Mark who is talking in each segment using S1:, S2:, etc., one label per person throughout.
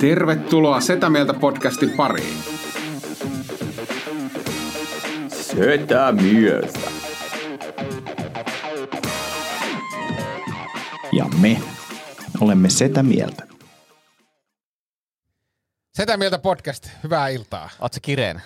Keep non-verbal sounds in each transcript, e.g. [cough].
S1: Tervetuloa Setä Mieltä podcastin pariin.
S2: Sötä myös.
S3: Ja me olemme sitä mieltä.
S4: Setä mieltä podcast, hyvää iltaa.
S5: Ootko kireen?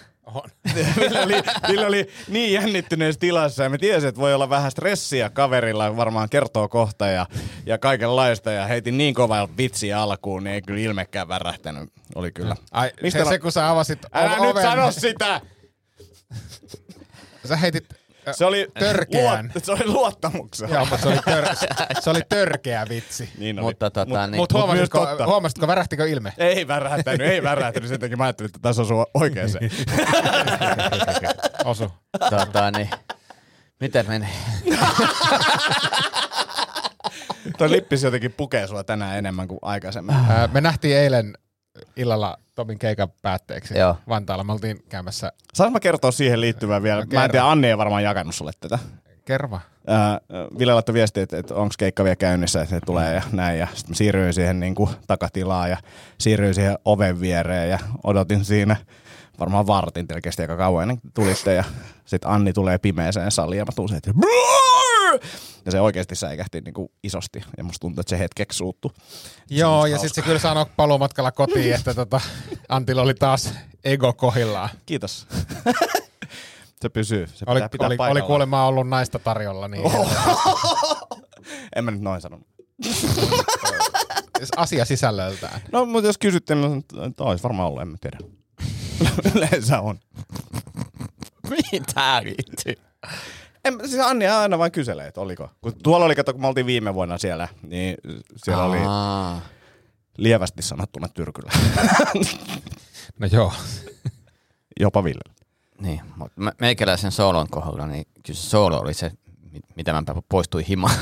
S6: Ville oli, Ville oli niin jännittyneessä tilassa ja me tiesin, että voi olla vähän stressiä kaverilla, varmaan kertoo kohta ja, ja kaikenlaista. Ja heitin niin kovaa vitsiä alkuun, niin ei kyllä ilmekään värähtänyt. Oli kyllä.
S4: [laughs] Ai, Mistä se,
S6: la-
S4: se, kun sä avasit
S6: Älä
S4: o-
S6: nyt
S4: oven,
S6: sano sitä!
S4: [laughs] sä heitit, äh,
S6: Se oli,
S4: Törkeän.
S6: Luot, se oli luottamuksen.
S4: joo, mutta se oli, [laughs] tör, se- se oli törkeä vitsi.
S6: Niin oli.
S5: Mutta tota, niin,
S6: mut
S4: Mutta huomasitko,
S6: myös totta.
S4: huomasitko, värähtikö ilme?
S6: [laughs] ei värähtänyt, ei värähtänyt. Sen takia mä ajattelin, että tässä osuu
S4: [laughs]
S6: oikeeseen.
S4: [laughs] Osu.
S5: tota, niin, miten
S6: [laughs]
S5: meni?
S6: Toi lippis jotenkin pukee sua tänään enemmän kuin aikaisemmin.
S4: Ää, me nähtiin eilen illalla Tomin keikan päätteeksi
S5: Joo.
S4: Vantaalla. Me oltiin käymässä
S6: Saanko mä kertoa siihen liittyvää vielä? mä en
S4: No kerro.
S6: tiedä, Anni ei varmaan jakanut sulle tätä.
S4: kerva.
S6: Ää, Ville laittoi viestiä, että, että onko keikka vielä käynnissä, että se tulee ja näin. Ja sitten siirryin siihen niin kuin, takatilaan ja siirryin siihen oven viereen ja odotin siinä varmaan vartin telkeästi aika kauan ennen kuin tulitte. Ja sitten Anni tulee pimeeseen saliin ja mä tuun siihen, että "Brrrr!" ja se oikeasti säikähti niin kuin isosti ja musta tuntuu, että se hetkeksi suuttu.
S4: Joo, ja
S6: hauska.
S4: sitten se kyllä sanoi paluumatkalla [laughs] kotiin, että tota, Antilla oli taas ego kohillaan.
S6: Kiitos. [laughs] se pysyy. Se pitää
S4: Oli,
S6: pitää
S4: oli, oli
S6: paikallaan.
S4: kuulemma ollut naista tarjolla, niin
S6: En mä nyt noin sanonut.
S4: asia sisällöltään.
S6: No, mutta jos kysytte, niin mä sanon, että olisi varmaan ollut, en mä tiedä. [laughs] Yleensä on.
S5: Mihin tää liittyy?
S6: En, siis Anni aina vain kyselee, että oliko. Kun tuolla oli, kato, kun me oltiin viime vuonna siellä, niin siellä oli
S5: Aa,
S6: lievästi sanottuna tyrkyllä. [laughs]
S4: No joo.
S6: Jopa Ville.
S5: niin, mut me- meikäläisen soolon kohdalla, niin kyllä se soolo oli se, mi- mitä mä poistui
S6: [laughs]
S5: himaan.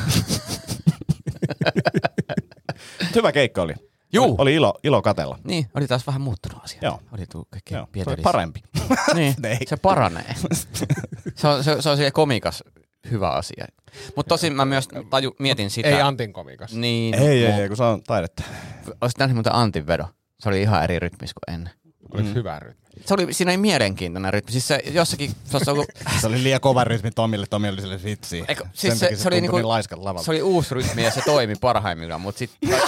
S6: Hyvä keikka oli.
S5: Juu.
S6: Oli ilo, ilo katella.
S5: niin, oli taas vähän muuttunut asia.
S6: Joo.
S5: Oli tuu kaikki
S6: Joo, se
S5: pientä
S6: oli
S5: lisää.
S6: parempi. [laughs]
S5: Niin,
S6: Ei.
S5: se paranee. se on, se, se on silleen komikas hyvä asia. Mutta tosin mä myös taju, mietin sitä.
S4: Ei Antin komikas.
S5: niin,
S6: ei, ei, ei, kun se on taidetta.
S5: Olisit nähnyt muuten Antin vedo. Se oli ihan eri rytmis kuin ennen.
S4: Oli hyvä rytmi.
S5: Se oli, siinä oli mielenkiintoinen rytmi. Siis se jossakin, se olisi ollut
S6: [laughs] Se oli liian kova rytmi Tomille. Tomi oli sille vitsi.
S5: Eikö, siis se- se oli niinku-
S6: niin laiskan lavalta.
S5: Se oli uusi rytmi ja se toimi parhaimmillaan, mutta
S6: [laughs]
S5: sitten...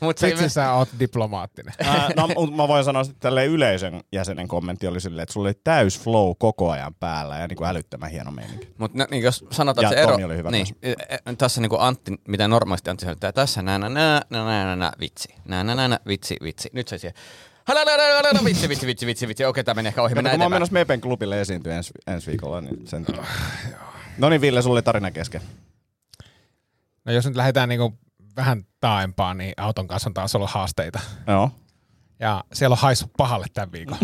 S5: mut se,
S4: Vitsi, sä oot diplomaattinen.
S6: Ää, no, mut mä voin sanoa, että tälle yleisön jäsenen kommentti oli silleen, että sulla oli täys flow koko ajan päällä ja niinku älyttömän hieno meininki.
S5: mut, no, niin, jos sanotaan, että
S6: Ja
S5: se ero...
S6: Tomi oli hyvä
S5: niin, e- e- tässä niin kuin Antti, mitä normaalisti Antti sanoo, tässä nää, nää, nää, nää, nää, nää, nää, vitsi, nää, nää, nää, nää, vitsi, vitsi. Nyt se siihen. Hala, hala, hala, hala, vitsi, vitsi, vitsi, vitsi, vitsi. Okei, tämä meni ehkä ohi,
S6: Kato,
S5: mennään
S6: kun mä oon
S5: eteenpäin.
S6: menossa Mepen klubille esiintyä ensi, ensi viikolla, niin sen... No niin, Ville, sulla oli tarina kesken.
S4: No jos nyt lähdetään niinku vähän taaempaan, niin auton kanssa on taas ollut haasteita.
S6: Joo.
S4: Ja siellä on haissut pahalle tämän viikon.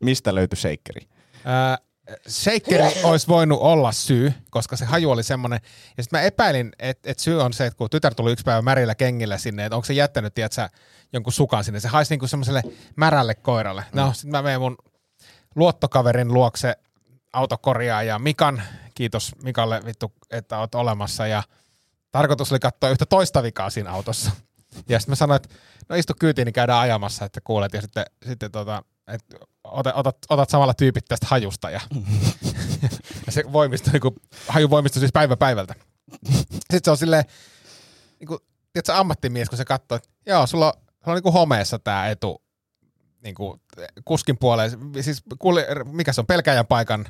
S6: Mistä löytyi shakeri?
S4: Ää, Shakeri olisi voinut olla syy, koska se haju oli semmoinen. Ja sitten mä epäilin, että et syy on se, että kun tytär tuli yksi päivä märillä kengillä sinne, että onko se jättänyt, tiedätkö, jonkun sukan sinne. Se haisi niinku semmoiselle märälle koiralle. No, sitten mä menen mun luottokaverin luokse autokorjaaja Mikan. Kiitos Mikalle vittu, että oot olemassa. Ja tarkoitus oli katsoa yhtä toista vikaa siinä autossa. Ja sitten mä sanoin, että no istu kyytiin, niin käydään ajamassa, että kuulet. Ja sitten, sitten tota, että ota, otat, otat samalla tyypit tästä hajusta. Ja, [laughs] ja se voimistui, niin kuin, haju voimistui siis päivä päivältä. Sitten se on silleen, niin kuin, tiedätkö, ammattimies, kun se katsoo, että joo, sulla on, sulla on niin kuin homeessa tämä etu niin kuin, kuskin puoleen. Siis, kuule, mikä se on, pelkäjän paikan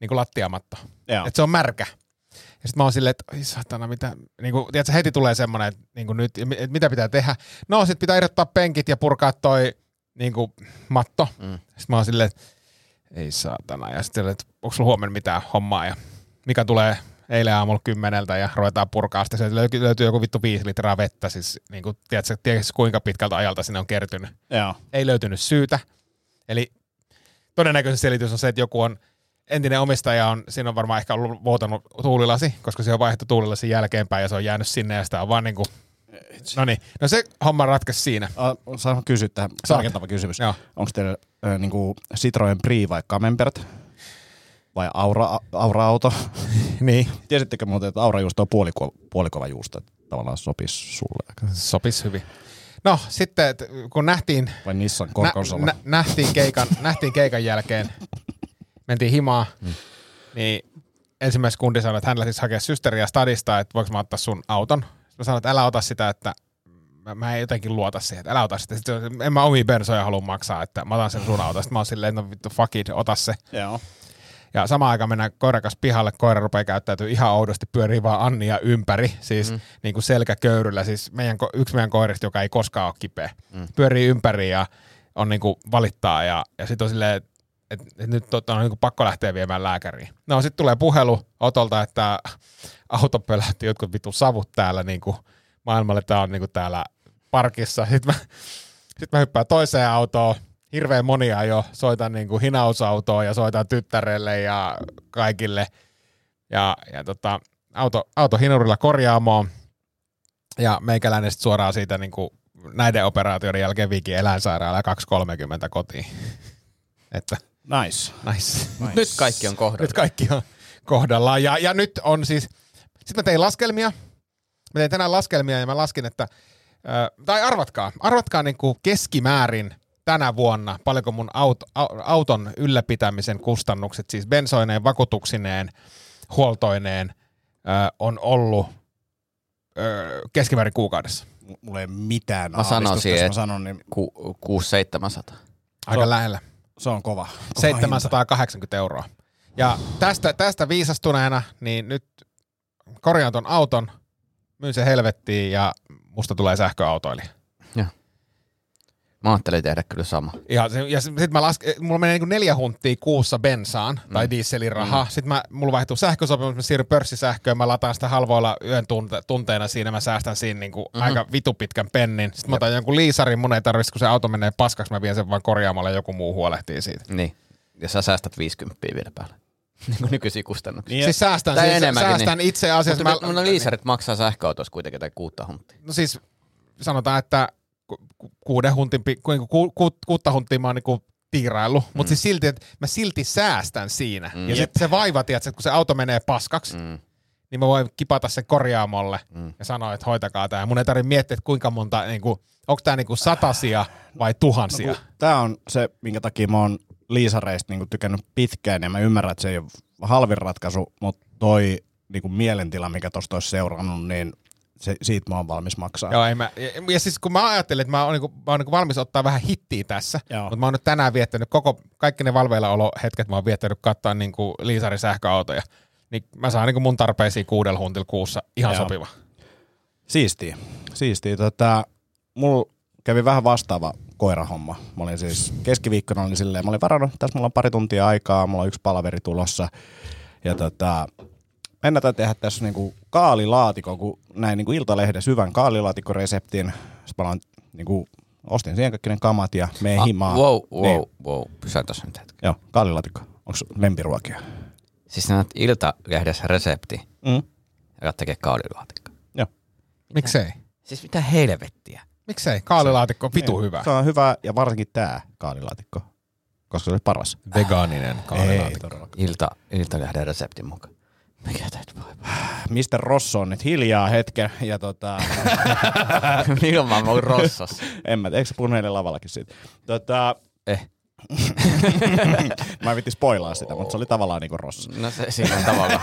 S4: niin kuin lattiamatto.
S6: Joo.
S4: Että se on märkä. Ja sitten mä oon silleen, että oi satana, mitä, niin kuin, tiedätkö, heti tulee semmoinen, että niin kuin nyt, että mitä pitää tehdä. No sit pitää irrottaa penkit ja purkaa toi niin kuin, matto. Mm.
S5: Mm.
S4: Sitten mä oon silleen, että ei saatana. Ja sitten että onko sulla huomenna mitään hommaa ja mikä tulee eilen aamulla kymmeneltä ja ruvetaan purkaa. Sitten sieltä löytyy, löytyy joku vittu viisi litraa vettä, siis niin kuin, tiedätkö, tiedätkö, kuinka pitkältä ajalta sinne on kertynyt
S6: Joo.
S4: ei löytynyt syytä. Eli todennäköinen selitys on se, että joku on entinen omistaja, on, siinä on varmaan ehkä ollut vuotanut tuulilasi, koska se on vaihdettu tuulilasi jälkeenpäin ja se on jäänyt sinne ja sitä on vaan niinku... No niin, no se homma ratkesi siinä.
S6: O, saanko kysyä tähän?
S4: Saat.
S6: Tarkentava kysymys.
S4: Joo.
S6: Onko teillä ö, niinku Citroen Pri vai Camembert? Vai Aura, [laughs] Aura-auto?
S4: Niin.
S6: Tiesittekö muuten, että Aura-juusto on puoliko, puolikova juusto? Että Tavallaan sopisi sulle.
S4: Sopis hyvin. No sitten, et kun nähtiin,
S6: Vai Nissan Corconsola.
S4: nä, nähtiin, keikan, nähtiin keikan jälkeen, mentiin himaa, niin ensimmäisessä kundi sanoi, että hän lähtisi hakea systeriä stadista, että voiko mä ottaa sun auton. Sitten mä sanoin, että älä ota sitä, että mä, mä en jotenkin luota siihen, että älä ota sitä. Sitten se on, en mä omia bensoja halua maksaa, että mä otan sen sun auton. Sitten mä oon silleen, no vittu fuck it, ota se.
S6: Joo.
S4: Ja samaan aikaan mennään koirakas pihalle, koira rupeaa käyttäytyy ihan oudosti, pyörii vaan Annia ympäri, siis mm. niin kuin selkäköyryllä, siis meidän, ko- yksi meidän koirista, joka ei koskaan ole kipeä, mm. pyörii ympäri ja on niin kuin valittaa ja, ja sitten on silleen, että et, et nyt on, on niin kuin pakko lähteä viemään lääkäriin. No sitten tulee puhelu Otolta, että auto pölähti jotkut vittu savut täällä niin kuin maailmalle, tämä on niin kuin täällä parkissa. Sitten mä sitten mä hyppään toiseen autoon, hirveän monia jo, soitan niin kuin hinausautoon ja soitan tyttärelle ja kaikille. Ja, ja tota, auto, auto hinurilla korjaamoon. Ja meikäläinen sit suoraan siitä niin kuin näiden operaatioiden jälkeen viikin eläinsairaala 2.30 kotiin. [laughs] Että
S6: Nice.
S4: nice.
S5: Nice. Nyt kaikki on kohdalla.
S4: Nyt kaikki on kohdallaan. Ja, ja nyt on siis, sitten mä tein laskelmia. Mä tein tänään laskelmia ja mä laskin, että, ö, tai arvatkaa, arvatkaa niin kuin keskimäärin tänä vuonna, paljonko mun auto, au- auton ylläpitämisen kustannukset, siis bensoineen, vakuutuksineen, huoltoineen, ö, on ollut ö, keskimäärin kuukaudessa.
S6: M- Mulla ei mitään
S5: Mä sanoisin,
S6: aavistusta, jos
S5: et-
S6: mä sanon, niin
S5: Ku, 600-700.
S4: Aika
S6: Se on-
S4: lähellä.
S6: se on kova. kova hinta.
S4: 780 euroa. Ja tästä, tästä viisastuneena, niin nyt korjaan ton auton, myyn se helvettiin ja musta tulee sähköautoilija.
S5: Mä ajattelin tehdä kyllä sama.
S4: Ja, se, ja sitten mä lasken, mulla menee niinku neljä hunttia kuussa bensaan tai mm. dieselin rahaa. Mm. Sitten mä, mulla vaihtuu sähkösopimus, mä siirryn pörssisähköön, mä lataan sitä halvoilla yön tunte, tunteina siinä, mä säästän siinä niinku mm-hmm. aika vitupitkän pennin. Sitten mä otan jonkun liisarin, mun ei tarvitsisi, kun se auto menee paskaksi, mä vien sen vaan korjaamalla, joku muu huolehtii siitä.
S5: Niin. Ja sä säästät 50 vielä päälle. [laughs] Niin kuin nykyisiä kustannuksia.
S6: Niin,
S4: Siis säästän,
S5: Tai
S4: siis,
S5: enemmänkin,
S4: säästän
S5: niin.
S4: itse asiassa.
S5: Mutta mä, no liisarit maksaa sähköautossa kuitenkin tai kuutta hunttia.
S4: no siis sanotaan, että ku- ku- kuuden huntin, pi- ku, niinku ku, ku, kuutta huntia mä oon niinku tiiraillut, mutta siis silti, että mä silti säästän siinä. Mm. Ja sit se vaiva, tiedätkö, että kun se auto menee paskaksi, mm. niin mä voin kipata sen korjaamolle mm. ja sanoa, että hoitakaa tämä. Mun ei tarvitse miettiä, että kuinka monta, niin kuin, onko tämä niin kuin satasia vai tuhansia. No,
S6: kun Tää on se, minkä takia mä oon liisareista niinku tykännyt pitkään, ja mä ymmärrän, että se ei ole halvin ratkaisu, mutta toi niinku mielentila, mikä tosta olisi seurannut, niin se, siitä mä oon valmis maksaa.
S4: Joo, ei mä, ja, ja siis kun mä ajattelin, että mä oon, niin mä oon niin valmis ottaa vähän hittiä tässä,
S6: Joo.
S4: mutta mä oon nyt tänään viettänyt koko, kaikki ne valveillaolohetket mä oon viettänyt kattaa niin kuin Liisarin sähköautoja, niin mä saan niin kuin mun tarpeisiin kuudella huntilla kuussa ihan
S6: Joo.
S4: sopiva.
S6: Siistiä. Siistiä. Tota, mulla kävi vähän vastaava koirahomma. Mä olin siis keskiviikkona olin silleen, mä olin varannut, tässä mulla on pari tuntia aikaa, mulla on yksi palaveri tulossa. Ja tota, ennätän tehdä tässä niinku kaalilaatikon, kun näin niinku Iltalehdessä hyvän kaalilaatikoreseptin. Sitten mä aloin niinku, ostin siihen kaikki ne kamat ja meen himaan.
S5: Ah, wow, wow,
S6: Niin,
S5: wow. Pysäytäs nyt hetki.
S6: joo, kaalilaatikko. Onko lempiruokia?
S5: Siis näet iltalehdessä resepti,
S6: Mm.
S5: joka tekee kaulilaatikko.
S6: Joo.
S4: Miksei?
S5: Siis mitä helvettiä?
S4: Miksei? Kaalilaatikko on vitu hyvä.
S6: Se on hyvä ja varsinkin tämä kaalilaatikko, koska se oli paras.
S4: Vegaaninen
S6: Ei todellakaan.
S5: Ilta, iltalehden reseptin mukaan. Mikä teet voi?
S6: Mr. Rosso on nyt hiljaa hetken ja tota, [laughs]
S5: [laughs] Ilman mä
S4: [laughs]
S5: oon rossas.
S6: en mä, eikö se puhunut eilen lavallakin siitä? Tota,
S5: Eh.
S6: mä en vitti spoilaa sitä, mutta se oli tavallaan niinku Rosso.
S5: No se siinä on tavallaan.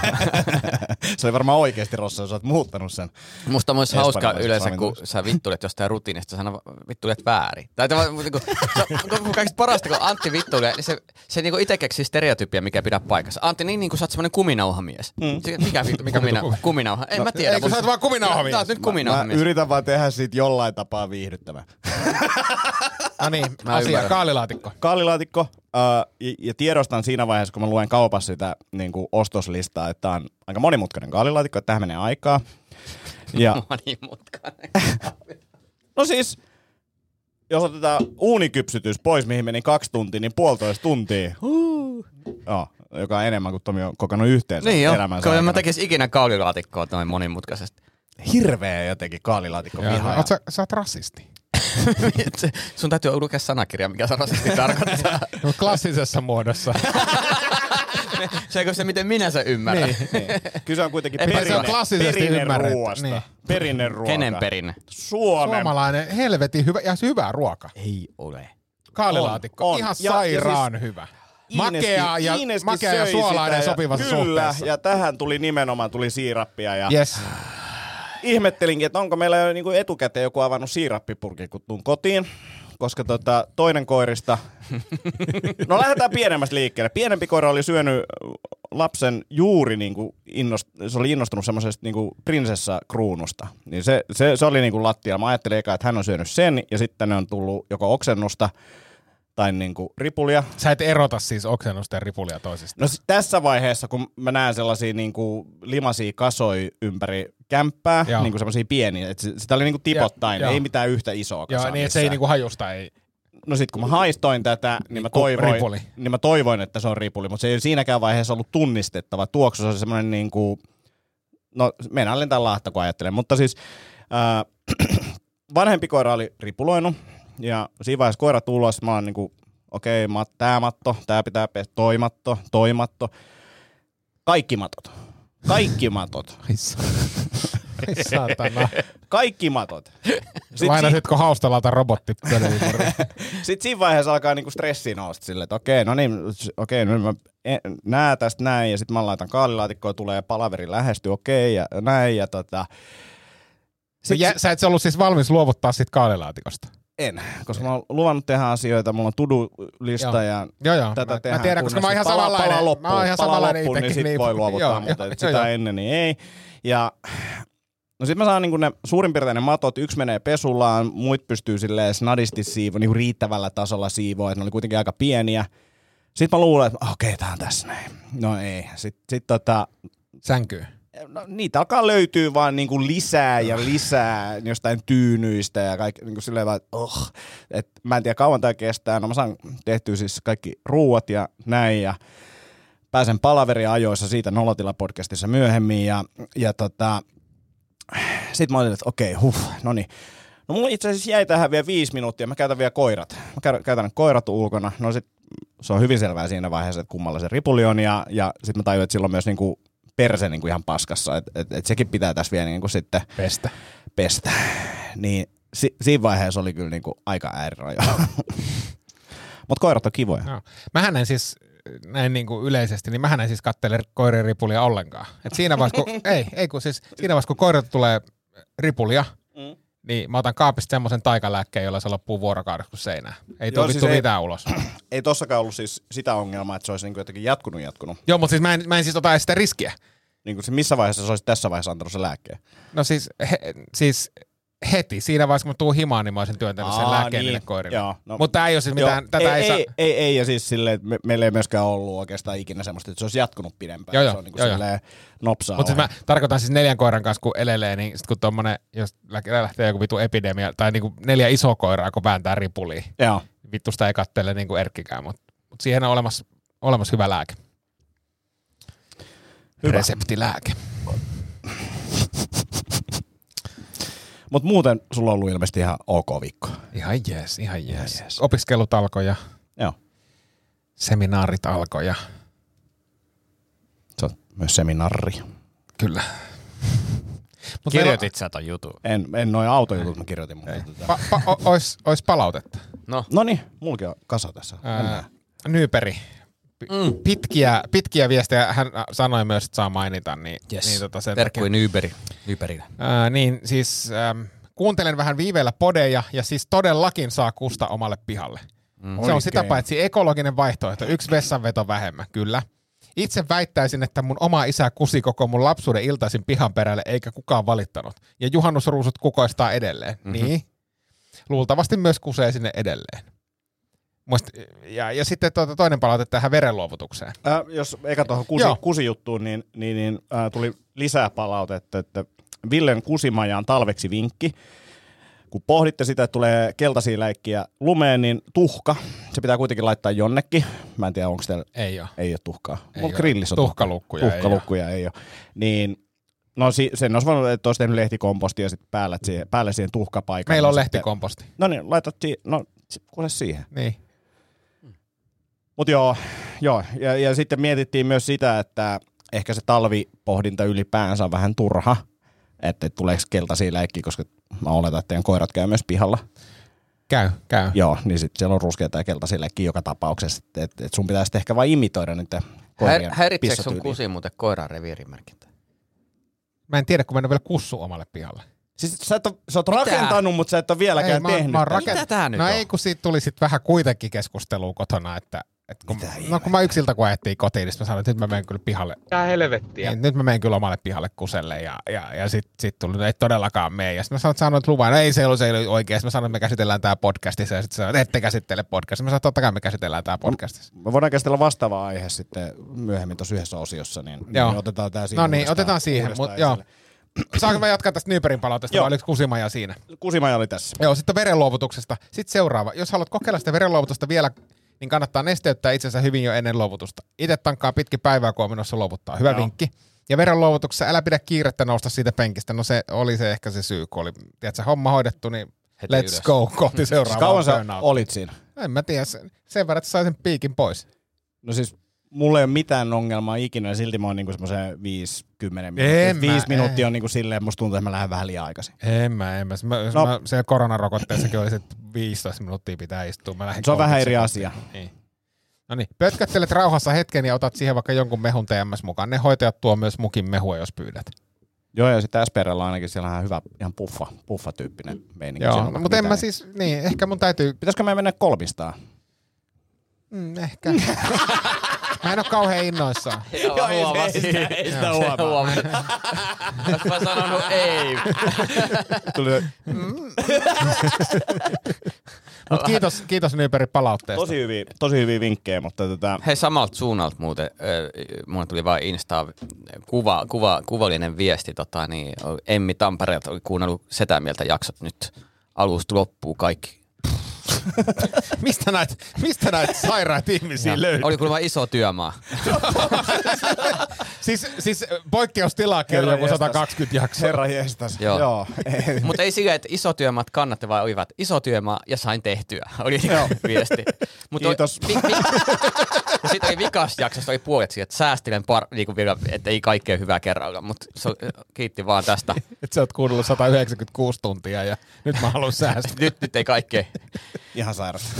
S6: Se oli varmaan oikeasti Rosso, jos sä oot muuttanut sen.
S5: Musta on myös hauska
S6: Espanjalaiset
S5: yleensä, kun
S6: valmentajat.
S5: sä vittuilet jostain rutiinista, sä aina vittuilet väärin. Tai tämä, mutta kun, se, on- kun kaikista parasta, kun Antti vittuilee, niin se, se niinku itse keksii stereotypia, mikä ei pidä paikassa. Antti, niin, niin kuin sä oot semmoinen kuminauhamies. Mm. Mikä vittu, mikä kumina,
S4: vittu kumi-
S5: kuminauha? En mä tiedä.
S4: ei, kun sä oot vaan kuminauhamies.
S5: Sä oot nyt
S6: Mä
S5: kuminauhamies.
S6: yritän vaan tehdä siitä jollain tapaa viihdyttävää.
S4: No niin,
S5: Mä
S4: asia,
S5: ymmärrän.
S4: kaalilaatikko.
S6: Kaalilaatikko, äh, ja- ja tiedostan siinä vaiheessa, kun mä luen kaupassa sitä niin kuin ostoslistaa, että tää on aika monimutkainen kaalilaatikko, että tähän menee aikaa. Ja
S5: niin Monimutkainen.
S6: No siis, jos otetaan uunikypsytys pois, mihin meni kaksi tuntia, niin puolitoista tuntia. Joo, joka on enemmän kuin Tomi on kokenut yhteensä
S5: Niin joo,
S6: elämänsä
S5: kun en mä
S6: aikana.
S5: tekis ikinä kaulilaatikkoa noin monimutkaisesti.
S6: Hirveä jotenkin kaalilaatikko vihaa. [laughs]
S4: Oot Sä, sä oot rasisti.
S5: Se- Sun täytyy lukea sanakirja, mikä se rasisti tarkoittaa.
S6: [laughs]
S4: Klassisessa muodossa.
S5: se eikö se, miten minä sen ymmärrän. Niin.
S6: Kyllä se on kuitenkin
S5: Ei, se on
S6: perinne,
S4: klassisesti
S6: perinne
S4: ymmärretty,
S6: ruoasta.
S4: niin.
S6: Perinne ruoka.
S5: Kenen perinne?
S6: Suomen.
S4: Suomalainen, helvetin hyvä, ja hyvä ruoka.
S5: Ei ole.
S4: Kaalilaatikko,
S6: On,
S4: on,
S6: on.
S4: ihan
S6: Ja- siis ja
S4: sairaan hyvä. Makea ja, makea ja suolainen sopivassa
S6: Kyllä,
S4: suhteessa.
S6: ja tähän tuli nimenomaan tuli siirappia. Ja
S4: Yes.
S6: Ihmettelinkin, että onko meillä jo niinku etukäteen joku avannut siirappipurkin, kun tuun kotiin. Koska tota, toinen koirista... no lähdetään pienemmästä liikkeelle. Pienempi koira oli syönyt lapsen juuri, niinku innost... se oli innostunut semmoisesta niinku prinsessakruunusta. Niin se, se, se oli niinku lattia. Mä ajattelin eka, että hän on syönyt sen, ja sitten ne on tullut joko oksennusta tai niinku ripulia.
S4: Sä et erota siis oksennusta ja ripulia toisistaan.
S6: No s- tässä vaiheessa, kun mä näen sellaisia niin kuin, limasia kasoja ympäri kämppää,
S4: Joo.
S6: niin kuin semmoisia pieniä, että sitä oli niin kuin tipottain,
S4: Ja-
S6: ei
S4: joo.
S6: mitään yhtä isoa
S4: Joo,
S6: kasaa
S4: niin et se
S6: missään.
S4: ei niinku hajusta ei.
S6: No sit kun mä haistoin tätä, niin mä,
S4: Ku-
S6: toivoin,
S4: ripuli.
S6: niin mä toivoin, että se on ripuli, mutta se ei siinäkään vaiheessa ollut tunnistettava. Tuoksu se oli semmoinen niin kuin, no meidän allentaa lahta, kun ajattelen, mutta siis ää, [clears throat] vanhempi koira oli ripuloinut ja siinä vaiheessa koira tuli ulos, mä oon niin kuin, okei, okay, mat, tää matto, tää pitää pestä, toi matto, toi matto, kaikki matot, kaikki matot,
S4: Ai sa- Ai [laughs] [laughs] saatana.
S6: kaikki
S4: [laughs]
S6: matot. Sit
S4: Lainasitko haustalalta robotti? [laughs]
S6: Sitten siinä vaiheessa alkaa niinku stressi nousta silleen, että okei, no niin, s- okei, nyt mä en- nää tästä näin, ja sitten mä laitan kaalilaatikkoon, tulee palaveri lähestyy, okei, ja näin, ja tota... Sit,
S4: Jä, sä et sä ollut siis valmis luovuttaa sit kaalilaatikosta.
S6: en, koska mä oon luvannut tehdä asioita, mulla on
S4: Joo.
S6: tudu-lista ja
S4: Joo, joo.
S6: tätä
S4: mä,
S6: tehdään.
S4: mä tiedän, koska mä oon ihan
S6: kunnes
S4: samanlainen.
S6: Pala loppuun,
S4: mä oon ihan
S6: pala
S4: samanlainen
S6: loppuun, niin
S4: itsekin.
S6: sit voi luovuttaa,
S4: Joo,
S6: mutta
S4: joo,
S6: sitä
S4: joo.
S6: ennen niin ei. Ja, no sit mä saan niinku ne suurin piirtein ne matot, yksi menee pesullaan, muut pystyy silleen snadisti siivoon, niinku riittävällä tasolla siivoon, että ne oli kuitenkin aika pieniä. Sitten mä luulen, että okei, tää on tässä näin. No ei. Sitten sit tota,
S4: Sänkyy.
S6: no, niitä alkaa löytyä vaan niin kuin lisää ja lisää jostain tyynyistä ja kaikki niin kuin silleen vaan, että oh, et mä en tiedä kauan tämä kestää. No mä saan tehtyä siis kaikki ruuat ja näin ja pääsen palaveria ajoissa siitä Nolotila-podcastissa myöhemmin ja, ja tota, sitten mä olin, että okei, huh, no niin. No mulla itse asiassa jäi tähän vielä viisi minuuttia, mä käytän vielä koirat. Mä käy- käytän koirat ulkona, no sit se on hyvin selvää siinä vaiheessa, että kummalla se ripuli on ja, ja sitten mä tajuin, että silloin myös niinku perse niinku ihan paskassa, että et, et sekin pitää tässä vielä niinku sitten
S4: Pestä.
S6: pestä. Niin si, siinä vaiheessa oli kyllä niinku aika [laughs] ääriraja. Mutta koirat on kivoja.
S4: Joo. Mähän en siis näin niin kuin yleisesti, niin mähän en siis kattele koirien ripulia ollenkaan. Et siinä vaiheessa, kun,
S6: [laughs]
S4: ei, ei kun siis siinä vaiheessa, kun koirat tulee ripulia, mm. niin mä otan kaapista semmoisen taikalääkkeen, jolla se loppuu vuorokaudessa kuin seinää. Ei
S6: Joo,
S4: tule
S6: siis
S4: siis
S6: ei-
S4: mitään ulos. [clears throat]
S6: Ei tossakaan ollut siis sitä ongelmaa, että se olisi niinku jotenkin jatkunut jatkunut.
S4: Joo, mutta siis mä en, mä en siis ota edes sitä riskiä.
S6: Niinku se, missä vaiheessa se olisi tässä vaiheessa antanut se lääkkeen?
S4: No siis, he, siis heti, siinä vaiheessa kun mä tuun himaan, niin mä olisin työntänyt sen
S6: Aa,
S4: lääkkeen
S6: niin.
S4: niille koirille.
S6: Joo, no-
S4: mutta tämä ei ole siis mitään, joo,
S6: Joo,
S4: tätä ei, ei saa...
S6: ei, ei, ei, ja siis silleen, että me, meillä ei myöskään ollut oikeastaan ikinä semmoista, että se olisi jatkunut pidempään.
S4: Joo, joo,
S6: se on niinku
S4: joo, joo.
S6: silleen nopsaa.
S4: Mutta siis
S6: ohi.
S4: mä tarkoitan siis neljän koiran kanssa, kun elelee, niin sit kun tommonen, jos lä- lähtee joku vitu epidemia, tai niinku neljä isoa koiraa, kun vääntää ripuliin,
S6: Joo.
S4: vittu sitä ei kattele niinku erkkikään, mutta mut siihen on olemassa, olemassa hyvä lääke. Hyvä. Reseptilääke.
S6: Mutta muuten sulla on ollut ilmeisesti ihan ok viikko.
S4: Ihan jees, ihan jees.
S6: jees.
S4: jees. Opiskelut alkoi ja
S6: Joo.
S4: seminaarit alkoi ja
S6: Se on myös seminaari.
S4: kyllä. [laughs] Mut
S5: Kirjoitit sä ton jutun.
S6: En, en noin autojutut mä kirjoitin. Mutta tota.
S4: Pa, pa, o, ois, ois palautetta.
S6: No niin, mulki on kasa tässä.
S4: Ää, no
S6: Ää...
S4: Nyyperi. Mm. Pitkiä, pitkiä viestejä hän sanoi myös, että saa mainita. Niin,
S5: Yes.
S4: niin, tota sen
S5: Terkkuin Uberi. Uberille.
S4: Ää, niin siis äm, kuuntelen vähän viiveellä podeja ja siis todellakin saa kusta omalle pihalle. Mm. Se on sitä paitsi ekologinen vaihtoehto, yksi vessanveto vähemmän, kyllä. Itse väittäisin, että mun oma isä kusi koko mun lapsuuden iltaisin pihan perälle eikä kukaan valittanut. Ja juhannusruusut kukoistaa edelleen. Mm-hmm. Niin. Luultavasti myös kusee sinne edelleen. Muist, ja, ja sitten tuota, toinen palaute tähän verenluovutukseen.
S6: Ää, jos eka tuohon kusi,
S4: Joo.
S6: kusijuttuun, niin, niin, niin ää, tuli lisää palautetta, että Villen kusimajaan talveksi vinkki. Kun pohditte sitä, että tulee keltaisia läikkiä lumeen, niin tuhka, se pitää kuitenkin laittaa jonnekin. Mä en tiedä, onko teillä
S4: Ei ole.
S6: Ei ole tuhkaa.
S4: Ei
S6: Mulla
S4: oo.
S6: grillissä on
S4: Tuhkalukkuja ei oo.
S6: Tuhkalukkuja ei ole. Niin, no si- sen olisi voinut, että olisi tehnyt lehtikompostia ja sitten päällä siihen, päällä siihen tuhkapaikan.
S4: Meillä on
S6: Ja sitten-
S4: lehtikomposti.
S6: No niin, laitat siihen. No, si- kuule siihen.
S4: Niin.
S6: Mutta joo, joo. Ja, ja sitten mietittiin myös sitä, että ehkä se talvipohdinta ylipäänsä on vähän turha, että tuleeko keltaisia läikkiä, koska mä oletan, että teidän koirat käy myös pihalla.
S4: Käy, käy.
S6: Joo, niin sitten siellä on ruskeita ja keltaisia läikkiä joka tapauksessa. Että et sun pitäisi ehkä vain imitoida niitä koirien
S5: Hä- Häiritseekö sun
S6: pissatyyliä.
S5: kusi muuten koiran reviirimerkintä?
S4: Mä en tiedä, kun mä en ole vielä kussu omalle pihalle.
S6: Siis sä, et ole, sä oot rakentanut, mutta sä et ole vieläkään
S4: Ei, mä oon-
S6: tehnyt.
S4: mä oon
S6: tätä.
S4: rakent-
S5: Mitä tää nyt
S4: no
S5: on?
S4: ei, kun siitä tuli sitten vähän kuitenkin keskustelua kotona, että, että kun, no, kun mä yksiltä kun ajettiin kotiin, niin sit mä sanoin, että nyt mä menen kyllä pihalle. Tää helvettiä. Niin, nyt mä menen kyllä omalle pihalle kuselle ja, ja, ja sitten sit tuli, että ei todellakaan mene. Ja sitten mä sanoin, että sanoin, että luvan, no ei se ollut, se ei ollut oikein. Sitten mä sanoin, että me käsitellään tää podcastissa ja sitten sanoin, että ette käsittele podcastissa. Mä sanoin, että totta kai me käsitellään tää podcastissa.
S6: Me voidaan käsitellä vastaava aihe sitten myöhemmin tuossa yhdessä osiossa, niin,
S4: Joo.
S6: niin otetaan tämä siihen
S4: No niin,
S6: uudestaan-
S4: otetaan siihen.
S6: uudestaan
S4: Mut, joo.
S6: esille.
S4: Saanko mä jatkaa tästä Nyperin palautesta?
S6: Joo.
S4: Vai oliko kusimaja siinä?
S6: Kusimaja oli tässä.
S4: Joo, sitten verenluovutuksesta. Sitten seuraava. Jos haluat kokeilla sitä verenluovutusta vielä, niin kannattaa nesteyttää itsensä hyvin jo ennen luovutusta. Itse tankkaa pitkin päivää, kun on menossa luovuttaa. Hyvä
S6: Joo.
S4: Joo. vinkki. Ja verenluovutuksessa älä pidä kiirettä nousta siitä penkistä. No se oli se ehkä se syy, kun oli tiedätkö, homma hoidettu, niin
S5: Heti
S4: let's
S5: ylös.
S4: go [laughs] kohti
S6: Siis
S4: seuraavaa
S6: kauan sä
S4: burnoutia.
S6: olit siinä?
S4: En mä tiedä, sen- sen verran, että sai sen piikin pois.
S6: No siis mulla ei ole mitään ongelmaa ikinä, ja silti mä oon niinku semmoisen 50
S4: En
S6: minuuttia.
S4: mä,
S6: 5 minuuttia
S4: en.
S6: on niinku silleen, musta tuntuu, että mä lähden vähän liian aikaisin.
S4: En mä, en mä. mä,
S6: No.
S4: no. mä siellä koronarokotteessakin oli, se, että 15 minuuttia pitää istua. Mä lähdin
S6: Se on vähän
S4: 30
S6: eri
S4: sekuntia.
S6: asia.
S4: Niin. No niin, pötkättelet rauhassa hetken ja otat siihen vaikka jonkun mehun TMS mukaan. Ne hoitajat tuo myös mukin mehua, jos pyydät.
S6: Joo, ja sitten SPRllä on ainakin siellä on hyvä, ihan puffa, puffa tyyppinen meininki. Siellä on
S4: Joo,
S6: vaikka
S4: mutta en
S6: mitä,
S4: mä
S6: niin-
S4: siis, niin, ehkä mun täytyy,
S6: Pitäisikö meidän mennä kolmistaan?
S4: mm,
S6: [laughs]
S4: ehkä. mä en ole kauhean innoissaan.
S5: Joo, huomasin.
S6: ei
S5: Joo, se huomasin. Olis mä sanonut No ei.
S6: [laughs] Tuli
S4: Mut kiitos, kiitos Nyberg palautteesta.
S6: tosi hyviä, tosi hyviä vinkkejä, mutta tota- tätä...
S5: Hei, samalta suunnalta muuten, ö, mulle tuli vaan Instaan kuva, kuva, kuvallinen viesti, tota, niin, Emmi Tampereelta oli kuunnellut Setä Mieltä jaksot nyt alusta loppuu kaikki.
S4: Mistä näitä mistä näit sairaat ihmisiä löytyy?
S5: Oli kuulemma iso työmaa.
S4: Siis, siis poikkeustilaakin on
S6: Herra
S4: joku
S6: jestas.
S4: 120 jaksoa.
S6: Herra jestas.
S5: Joo.
S6: Joo. [laughs]
S5: [laughs]
S6: ei.
S5: Mutta ei sillä, että iso työmaat kannatte vaan olivat. Iso työmaa ja sain tehtyä, [laughs] oli niinku viesti. Mut oli-
S6: Kiitos.
S5: Vi, vi, [laughs] ja sitten oli vikas jaksosta, oli puolet siitä, että säästelen par, niinku vielä, että ei kaikkea hyvää kerralla, mutta kiitti vaan tästä. [laughs]
S4: Et sä oot kuunnellut 196 tuntia ja nyt mä haluan säästää.
S5: Nyt, nyt ei kaikkea.
S6: Ihan sairas.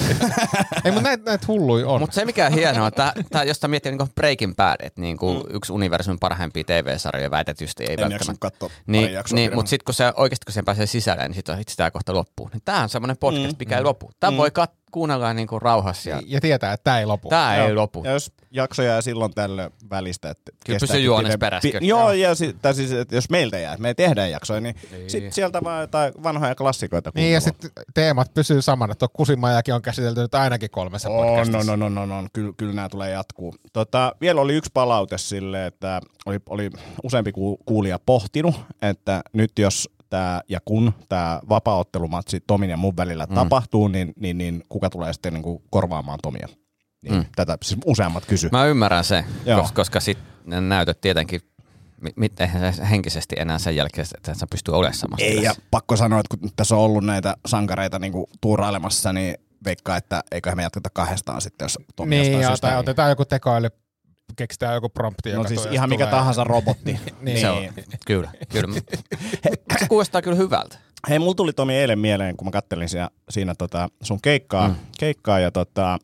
S4: Ei, mutta näitä näit hulluja on.
S5: Mutta se mikä on hienoa, tää, tää, jos sä miettii niinku Breaking Bad, että niinku mm. yksi universumin parhaimpia TV-sarjoja väitetysti ei
S6: En jaksanut
S5: välttämättä.
S6: katsoa pari
S5: Niin,
S6: jaksoa
S5: niin
S6: pidemmän.
S5: mutta sitten kun se oikeasti kun sen pääsee sisälle, niin sitten itse tämä kohta loppuu. Niin tämä on semmoinen podcast,
S6: Mm.
S5: mikä ei lopu. Tämä voi kat- kuunnella niinku rauhassa.
S6: Niin.
S5: Ja...
S4: Ja tietää, että tää ei lopu.
S5: Tämä
S6: Joo.
S5: ei lopu.
S6: Ja jos jaksoja jää silloin tällöin välistä. Että
S5: Kyllä
S6: kestää
S5: pysy juones
S6: pidempi-
S5: perässä, kyllä.
S6: Joo, ja si- tai siis, että jos meiltä jää, että me ei tehdä jaksoja, niin, sit sieltä vaan jotain vanhoja klassikoita
S4: Niin ja
S6: kuunnellaan.
S4: sitten teemat pysyy samana. Tuo Kusimajakin on käsitelty nyt ainakin kolmessa
S6: On, no,
S4: podcastissa.
S6: on, on, on, on, on. no, Kyllä, kyllä nämä tulee jatkuu. Tota, vielä oli yksi palaute sille, että oli, oli useampi ku- kuulija pohtinut, että nyt jos tämä ja kun tämä vapaottelumatsi Tomin ja mun välillä mm. tapahtuu, niin, niin, niin, kuka tulee sitten niin kuin korvaamaan Tomia? Niin mm. Tätä siis useammat kysy.
S5: Mä ymmärrän se,
S6: Joo.
S5: koska, koska sitten näytöt tietenkin, mi- mit, eihän se henkisesti enää sen jälkeen, että sä pystyy olemaan samassa
S6: Ei, ja
S5: tilassa.
S6: pakko sanoa, että kun nyt tässä on ollut näitä sankareita niin tuurailemassa, niin veikkaa, että eiköhän me jatketa kahdestaan sitten, jos Tomi
S4: Niin,
S6: jostain
S4: ja,
S6: syystä-
S4: tai otetaan joku tekoäly, keksitään joku prompti, joka
S6: No siis
S4: tulee-
S6: ihan mikä
S4: tulee.
S6: tahansa [laughs] robotti.
S4: Niin.
S5: Se on, kyllä,
S6: [laughs]
S5: kyllä. Mut se kuulostaa kyllä hyvältä.
S6: Hei, mulla tuli Tomi eilen mieleen, kun mä kattelin siinä, siinä tota sun keikkaa, mm. keikkaa ja tota,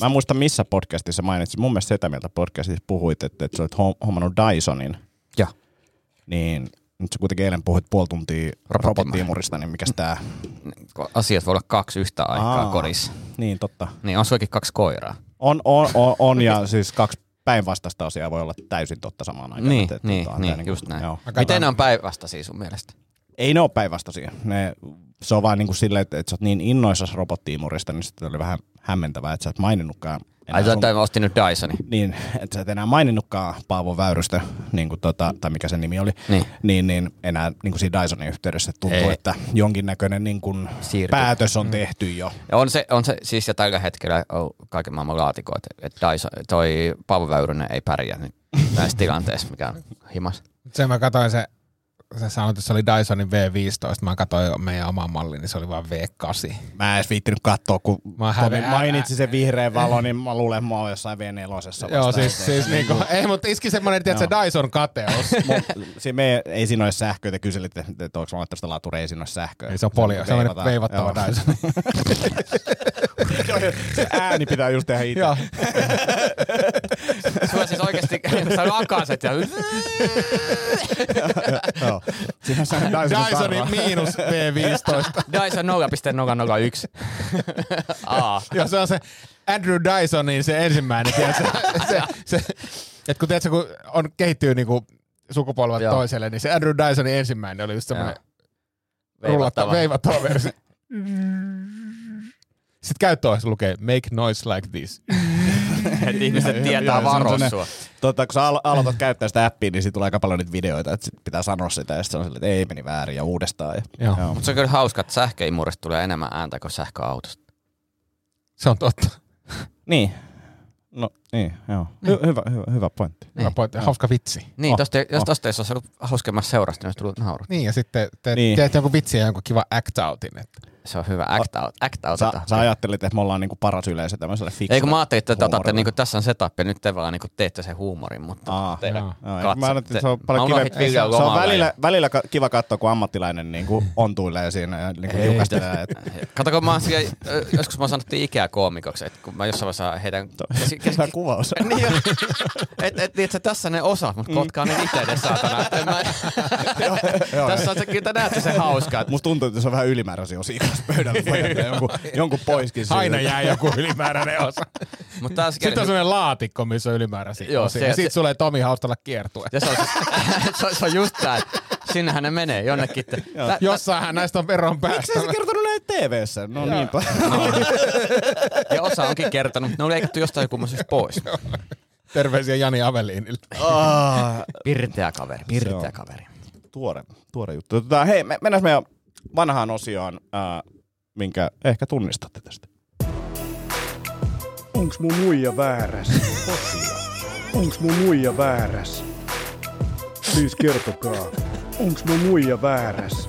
S6: mä en muista missä podcastissa mainitsit, mun mielestä sitä mieltä podcastissa puhuit, että, että sä olet hom- hommannut Dysonin,
S5: Ja.
S6: niin nyt sä kuitenkin eilen puhuit puoli tuntia
S5: Robottimaa.
S6: robottiimurista, niin mikäs tää?
S5: Asiat voi olla kaksi yhtä aikaa
S6: Aa.
S5: kodissa.
S6: Niin, totta.
S5: Niin on sullakin kaksi koiraa.
S6: On, on, on, on ja siis kaksi päinvastaista asiaa voi olla täysin totta samaan aikaan.
S5: Niin,
S6: Että- että
S5: niin,
S6: tota,
S5: niin,
S6: tää niinku-
S5: just näin.
S6: Joo.
S5: Miten ne on päinvastaisia sun mielestä?
S6: Ei ne ole päinvastaisia. Ne, se on vaan niin kuin silleen, että, että sä oot niin innoissasi robottiimurista, niin sitten oli vähän hämmentävää, että sä et maininnutkaan. enää
S5: Ai,
S6: sun-
S5: sun... mä ostin nyt Dysonin.
S6: niin, että sä et enää maininnutkaan Paavo Väyrystä, niin kuin tota, tai mikä sen nimi oli,
S5: Niin.
S6: niin, niin enää niin kuin siinä Dysonin yhteydessä että tuntuu,
S5: Ei.
S6: että jonkinnäköinen niin kuin
S5: Siirty.
S6: päätös on tehty jo.
S5: Ja on se, on se siis ja tällä hetkellä on kaiken maailman laatikoita, että Dyson, toi
S6: [laughs]
S5: Paavo Väyrynen ei pärjää nyt näissä tilanteissa, mikä on himas.
S4: Sen mä katsoin se sä sanoit, että se oli Dysonin V15, mä katsoin meidän oman mallin, niin se oli vaan V8.
S6: Mä en edes viittinyt katsoa, kun
S4: Mä
S6: mä
S4: häve-
S6: Tomi mainitsi sen vihreän valon, niin mä luulen, että mä oon jossain V4
S4: Joo, siis, siis niinku, ei, mutta iski semmoinen, tiedätkö, Dyson
S6: [laughs]
S4: kateus.
S6: se siis me, ei siinä ole sähköä, te kyselitte, että onko mä laittanut sitä laturia, ei siinä ole sähköä. Niin
S4: Ei, se on polio, se on
S6: veivataan.
S4: veivattava
S6: Joo.
S4: Dyson.
S6: [laughs] se ääni pitää just tehdä itse.
S4: Joo.
S5: Sulla siis oikeesti [laughs] saanut akaset ja...
S6: Joo. Siinä se on Dysonin,
S4: Dysonin
S6: karva.
S4: miinus V15.
S5: [laughs] Dyson
S6: [laughs]
S5: 0.001. Aa.
S4: Joo, se on se Andrew Dysonin se ensimmäinen,
S5: [laughs]
S4: tiedätkö? se, se, et kun, tiedätkö, kun on, kehittyy niinku sukupolvet
S5: Joo.
S4: toiselle, niin se Andrew Dysonin ensimmäinen oli just semmoinen rullattava,
S5: Veivattava.
S4: veivattava versio. Sitten käyttöohjeessa lukee, make noise like this.
S5: Että ihmiset tietää
S6: Joo, se on
S5: varoa
S6: sellainen-
S5: sua.
S6: Tota, kun sä al- aloitat käyttää sitä appia, niin siitä tulee aika paljon niitä videoita, että sit pitää sanoa sitä, ja sit se on silleen, että ei meni väärin ja uudestaan. Ja,
S4: Joo.
S5: Mutta se on kyllä hauska, että sähköimurista tulee enemmän ääntä kuin sähköautosta.
S4: Se on totta.
S6: Niin. No, niin, joo. Hy- hyvä, hyvä, hyvä pointti.
S4: Hyvä pointti. Hauska vitsi.
S5: Niin,
S6: Oh,
S5: tosta, jos
S6: oh.
S5: tosta ei olisi ollut hauskemmassa seurasta, niin olisi tullut naurut.
S4: Niin, ja sitten te niin.
S6: Niin.
S4: teet jonkun vitsi ja jonkun kiva act outin. Että.
S5: Se on hyvä. Act out. Act out.
S6: Sä, sä ajattelit, että me ollaan niinku paras yleisö tämmöiselle fiksulle
S5: Ei kun mä ajattelin, että te otatte,
S6: huumorille.
S5: niinku, tässä on setup ja nyt te vaan niinku, teette sen huumorin, mutta
S6: Aa,
S5: teidän
S4: joo.
S6: Joo,
S5: katsotte.
S6: mä ajattelin, että se on paljon
S5: Mä unohdin
S6: kivempi. Se
S5: videon
S6: on- se on
S5: lomalle
S6: välillä, välillä ka- kiva katsoa, kun ammattilainen niin kuin [laughs] ontuilee siinä ja niin kuin jukastelee. että-
S5: [laughs] ja- Kato, kun mä oon siellä, ö, joskus mä oon sanottu ikää koomikoksi, että kun mä jossain vaiheessa heidän... Kes, kes,
S6: Hyvä kuvaus.
S5: [laughs] niin, jo. et, et, niin, että tässä ne osat,
S4: Mm.
S5: mutta kotkaa ne itse ne saatana. Et en
S6: [laughs]
S5: Mä, tässä on se, kyllä te näette se hauska. että- Niin.
S6: Musta tuntuu, että se on vähän ylimääräisiä osia tässä
S5: [laughs]
S6: pöydällä. Voi jättää jonkun, jonkun poiskin siitä.
S4: Aina jää joku ylimääräinen osa.
S5: Mutta taas
S4: Sitten on sellainen laatikko, missä on ylimääräisiä Joo,
S5: Joo,
S4: osia.
S5: se-
S4: ja sitten
S5: se-
S4: sulle Tomi Haustalla kiertue.
S5: Ja se [laughs] on, siis, se, on- se on just tää, että sinnehän ne menee jonnekin. Tä, tä,
S4: Jossainhan näistä on veron
S6: Miksi sä
S4: päästävä.
S6: kertonut näin TV-ssä? No niinpä. [laughs]
S5: ja osa onkin kertonut, mutta ne on leikattu jostain kummasesta pois.
S4: Terveisiä Jani Aveliinille.
S6: Ah,
S5: Pirteä kaveri,
S6: Se
S5: pirteä
S6: on.
S5: kaveri.
S6: tuore, tuore juttu. Tota, hei, me, mennään meidän vanhaan osioon, äh, minkä ehkä tunnistatte tästä.
S7: Onks mun muija vääräs? Tosiaan. Onks mun muija vääräs? Siis kertokaa, onks mun muija vääräs?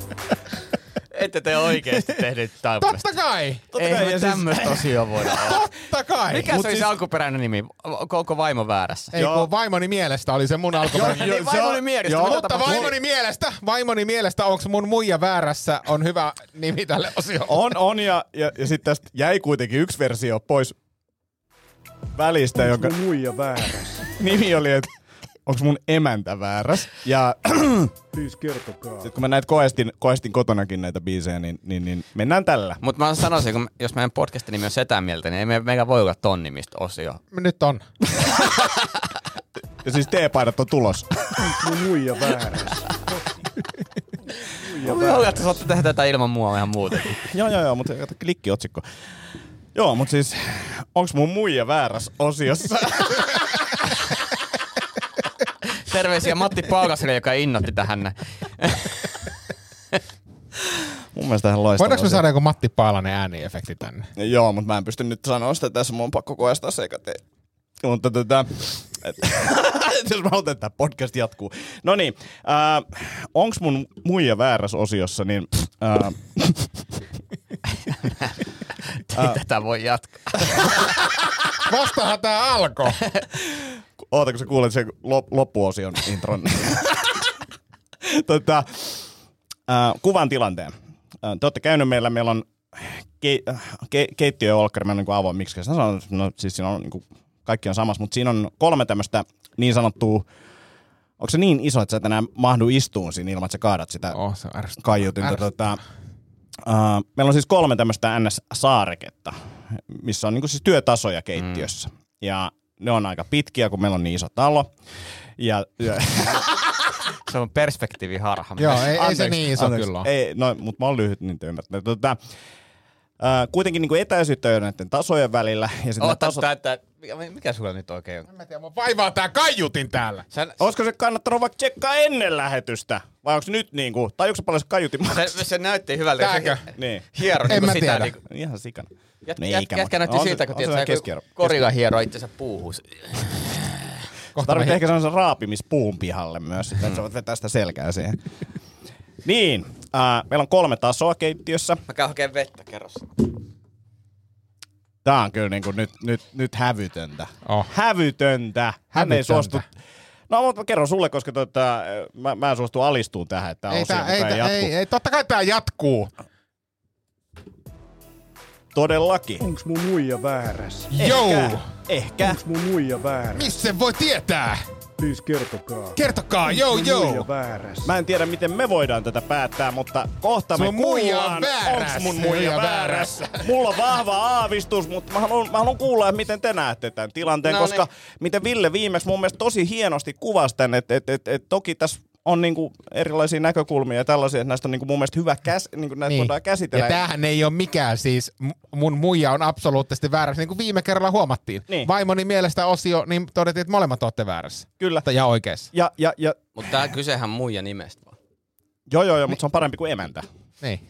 S5: Ette te oikeesti tehnyt tämmöistä.
S4: Totta kai! siis-
S5: Ei me tämmöistä osioa voida olla.
S4: Totta kai! siis,
S5: Mikä se oli se alkuperäinen nimi? Onko vaimo väärässä?
S4: Ei, kun vaimoni mielestä oli se mun alkuperäinen.
S5: Niin vaimoni mielestä.
S4: Joo,
S5: mitä
S4: mutta
S5: tapahtuu?
S4: vaimoni mielestä, vaimoni mielestä, onko mun muija väärässä, on hyvä nimi tälle osiolle.
S6: On, on ja, ja, ja sitten tästä jäi kuitenkin yksi versio pois välistä, jonka
S7: Mun muija vääräs?
S6: nimi oli, että onko mun emäntä vääräs. Ja [clears throat]
S7: Siis kertokaa,
S6: sit kun mä näitä koestin, koestin kotonakin näitä biisejä, niin, niin, niin mennään tällä.
S5: Mutta mä sanoisin, kun jos meidän podcastin nimi on Setä mieltä, niin ei me, meillä voi olla ton nimistä osio.
S4: Nyt on.
S6: Ja siis teepaidat on tulos.
S7: onks mun muija vääräs?
S5: Voi olla, että saatte tehdä tätä ilman mua ihan muuten.
S6: joo, joo, joo, mutta kato, klikkiotsikko. Joo, mutta siis onks mun muija vääräs osiossa?
S5: Terveisiä Matti Paukaselle, joka innotti tähän. [laughs] näin.
S6: [laughs] mun mielestä hän loistava.
S4: Voidaanko me
S6: osio.
S4: saada joku Matti Paalanen ääniefekti tänne?
S6: Joo, mutta mä en pysty nyt sanoa sitä tässä, mun on pakko koestaa sekat. Mutta tätä... [laughs] Jos mä otan, että tämä podcast jatkuu. No niin, äh, onks mun muija väärässä osiossa, niin... Äh,
S5: Ei Tätä voi jatkaa.
S4: Vastahan tää alkoi.
S6: oota, kun sä kuulet sen lop- loppuosion intron. [laughs] tota, äh, kuvan tilanteen. Äh, te olette käynyt meillä, meillä on ke- äh, ke- keittiö ja olkkari, mä en niin avoin, miksi sä sanot, no siis siinä on niin kuin, kaikki on samassa, mutta siinä on kolme tämmöistä niin sanottua, onko se niin iso, että sä et enää mahdu istuun siinä ilman, että sä kaadat sitä
S4: Oh, se on ärsyttävää.
S6: kaiutinta. Tota, äh, meillä on siis kolme tämmöistä NS-saareketta, missä on niin siis työtasoja keittiössä. Mm. Ja ne on aika pitkiä, kun meillä on niin iso talo. Ja, ja
S5: Se on perspektiiviharha.
S4: Joo, ei, ei se niin iso kyllä ole.
S6: Ei, no, mutta mä oon lyhyt, niin te ymmärtänyt. Tota, ää, kuitenkin niin etäisyyttä on näiden tasojen välillä. Ja sit nää
S5: Oota,
S6: tasot,
S5: tää, tää, mikä, mikä sulla nyt oikein on?
S4: Mä en tiedä, mua vaivaa tää kaiutin täällä.
S5: Sen,
S6: Olisiko se kannattanut vaikka tsekkaa ennen lähetystä? Vai onko nyt niin kuin, tai onko se paljon se kaiutin
S5: se, se näytti hyvältä.
S4: Tääkö?
S6: Niin,
S5: Hiero
S4: En
S5: niinku
S4: mä
S5: sitä.
S4: tiedä.
S5: Niinku,
S6: ihan sikana.
S5: jät,
S6: No ei
S5: jät,
S6: ikävä.
S5: jätkä näytti
S6: On se-
S5: siltä, kun
S6: on se
S5: tiedät,
S6: vähän
S5: sä,
S6: keskiarvo.
S5: kun korilla hiero itsensä puuhun.
S4: Kohta
S6: Tarvitsee
S4: me-
S6: ehkä sellaisen raapimispuun pihalle myös, että sä voit vetää sitä selkää siihen. Niin, äh, meillä on kolme tasoa keittiössä.
S5: Mä käyn hakemaan vettä, kerro
S6: Tää on kyllä niinku nyt, nyt, nyt hävytöntä.
S4: Oh.
S6: Hävytöntä. Hän ei
S4: Hävytöntä.
S6: suostu... No mutta mä kerron sulle, koska tota, äh, mä, mä en suostu alistuun tähän, että tää on
S4: Ei,
S6: osia,
S4: tää,
S6: ei,
S4: ei,
S6: ei,
S4: tää, ei, ei, totta kai tää jatkuu.
S6: Todellakin.
S7: Onks mun muija väärässä?
S4: Jou!
S6: Ehkä.
S7: Onks mun muija väärässä?
S4: Missä sen voi tietää?
S7: Please kertokaa.
S4: Kertokaa, jou,
S7: Onks mun muija
S4: jou!
S7: väärässä?
S6: Mä en tiedä, miten me voidaan tätä päättää, mutta kohta
S4: Sun
S6: me
S4: muija on
S6: kuullaan,
S4: väärässä.
S6: onks mun muija
S4: Muija
S6: väärässä. Mulla on vahva aavistus, mutta mä haluan, mä haluan kuulla, että miten te näette tämän tilanteen,
S5: No
S6: koska
S5: niin.
S6: miten Ville viimeksi mun mielestä tosi hienosti kuvasi tämän, että et, et, et, toki tässä on niinku erilaisia näkökulmia ja tällaisia, että näistä on niinku mun mielestä hyvä käs, niinku näitä niin. voidaan käsitellä.
S4: Ja tämähän ei ole mikään siis, m- mun muija on absoluuttisesti väärässä, niin kuin viime kerralla huomattiin.
S6: Niin.
S4: Vaimoni mielestä osio, niin todettiin, että molemmat olette väärässä.
S6: Kyllä.
S4: Tai- Ja oikeassa.
S6: Ja, ja, ja,
S5: Mutta tää kysehän muija nimestä vaan.
S6: joo, joo, joo, mutta se on parempi kuin emäntä.
S4: Niin.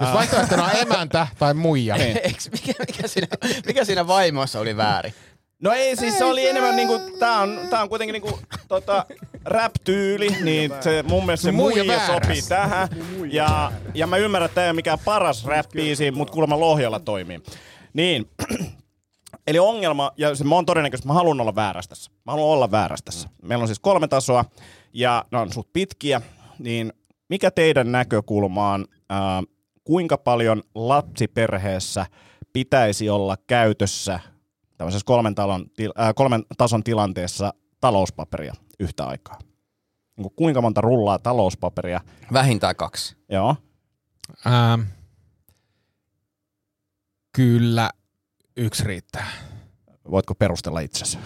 S4: Jos vaihtoehtona on emäntä tai muija.
S5: [laughs]
S6: Niin.
S5: Eiks, mikä, mikä, siinä, mikä siinä vaimossa oli väärin?
S6: No ei, siis se oli enemmän niinku, tää on, tää on kuitenkin niinku tota, rap-tyyli, niin se, mun mielestä se
S4: Muija
S6: muija
S4: väärässä.
S6: sopii tähän. Ja, ja mä ymmärrän, että tää ei ole mikään paras rap-biisi, mut kuulemma Lohjalla toimii. Niin, [clears throat] eli ongelma, ja se, mä oon todennäköisesti, mä haluan olla väärässä tässä. Mä haluan olla väärässä tässä. Meillä on siis kolme tasoa, ja ne on suht pitkiä, niin mikä teidän näkökulmaan, äh, kuinka paljon lapsiperheessä pitäisi olla käytössä tämmöisessä kolmen, talon, til- äh, kolmen tason tilanteessa talouspaperia yhtä aikaa? Niinku kuinka monta rullaa talouspaperia?
S5: Vähintään kaksi.
S6: Joo.
S4: Ähm, kyllä yksi riittää.
S6: Voitko perustella itsesi?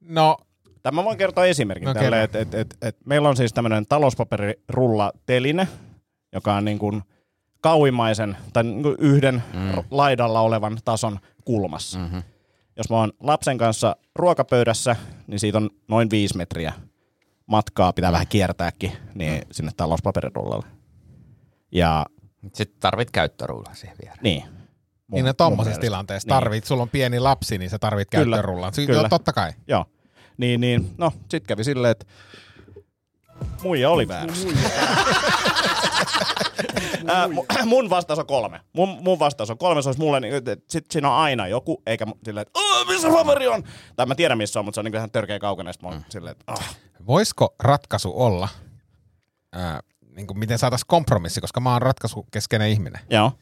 S4: No,
S6: Tämä voin kertoa esimerkin
S4: No,
S6: no, tälle,
S4: kerro.
S6: että et, et, et meillä on siis tämmöinen talouspaperirullateline, joka on niin kuin kauimmaisen tai niin kuin yhden mm. laidalla olevan tason kulmassa. Mm-hmm. Jos mä oon lapsen kanssa ruokapöydässä, niin siitä on noin viisi metriä matkaa, pitää vähän kiertääkin, niin sinne talouspaperirullalle. Ja
S5: Sitten tarvit käyttöruulan siihen viereen.
S6: niin. Mun-
S4: niin ne
S6: mun
S4: tommosessa
S6: mielestä.
S4: tilanteessa
S6: Niin.
S4: tarvit, sulla on pieni lapsi, niin sä tarvit
S6: Kyllä,
S4: käyttörullan. Kyllä,
S6: kyllä.
S4: kyllä. Totta kai.
S6: Joo. Niin, niin. No, sit kävi silleen, että muija oli väärässä. [laughs] Ää, mu- mun vastaus on kolme. Mun, mun vastaus on kolme. Se olisi mulle, niin, et sit siinä on aina joku, eikä mu- silleen, että "Aa, missä paperi on? Tai mä tiedän missä on, mutta se on niin ihan törkeä kaukana. Sitten mä oon silleen, että ah.
S4: Voisiko ratkaisu olla, ää, niin kuin miten saataisiin kompromissi, koska mä oon ratkaisukeskeinen ihminen.
S6: Joo.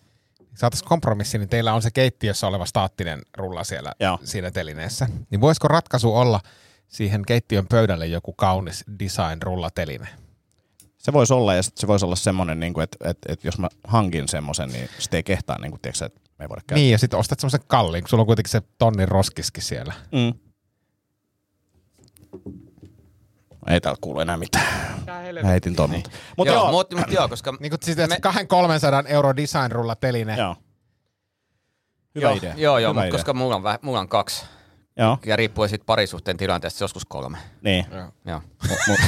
S4: Saataisiin kompromissi, niin teillä on se keittiössä oleva staattinen rulla siellä
S6: Joo.
S4: siinä telineessä. Niin voisiko ratkaisu olla siihen keittiön pöydälle joku kaunis design-rullateline?
S6: Se voisi olla, ja sit se voisi olla semmoinen, niin kuin, että, että, että jos mä hankin semmoisen, niin sitten ei kehtaa, niin kuin, tiedätkö, että me ei voida käydä.
S4: Niin, ja sitten ostat semmoisen kalliin, kun sulla on kuitenkin se tonnin roskiskin siellä.
S6: Mm. Ei täällä kuulu enää mitään. Mä heitin ton. Niin. Mut
S5: joo,
S6: joo,
S5: Mut, mut joo, koska...
S4: Niin kuin siis Me... 200-300 euro design-rulla teline.
S6: joo. Hyvä
S5: joo,
S6: idea.
S5: Joo, joo,
S6: Hyvä
S5: mutta
S6: idea.
S5: koska mulla on, väh- mulla on kaksi.
S6: Joo,
S5: Ja riippuen siitä parisuhteen tilanteesta, joskus kolme.
S6: niin. [laughs]
S5: Joo.
S6: Mut, mut,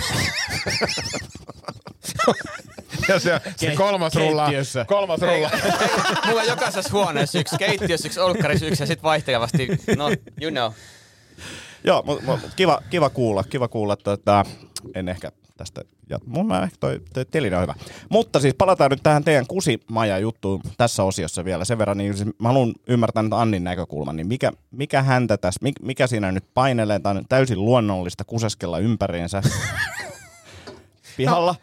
S4: Ja se, se kolmas rulla,
S6: keittiössä.
S4: kolmas rulla.
S5: [laughs] Mulla on jokaisessa huoneessa yksi, keittiössä yksi, olkkarissa yksi ja sitten vaihtelevasti, no, you know. [laughs]
S6: joo, mut, mut, kiva, kiva kuulla, kiva kuulla. Tota, en ehkä tästä, ja mun mä ehkä toi, toi teline on hyvä. Mutta siis palataan nyt tähän teidän kusimaja juttuun tässä osiossa vielä sen verran, niin siis mä haluan ymmärtää nyt Annin näkökulman, niin mikä, mikä häntä tässä, mik- mikä siinä nyt painelee, tämä on nyt täysin luonnollista kuseskella
S4: [laughs]
S6: ympäriinsä pihalla.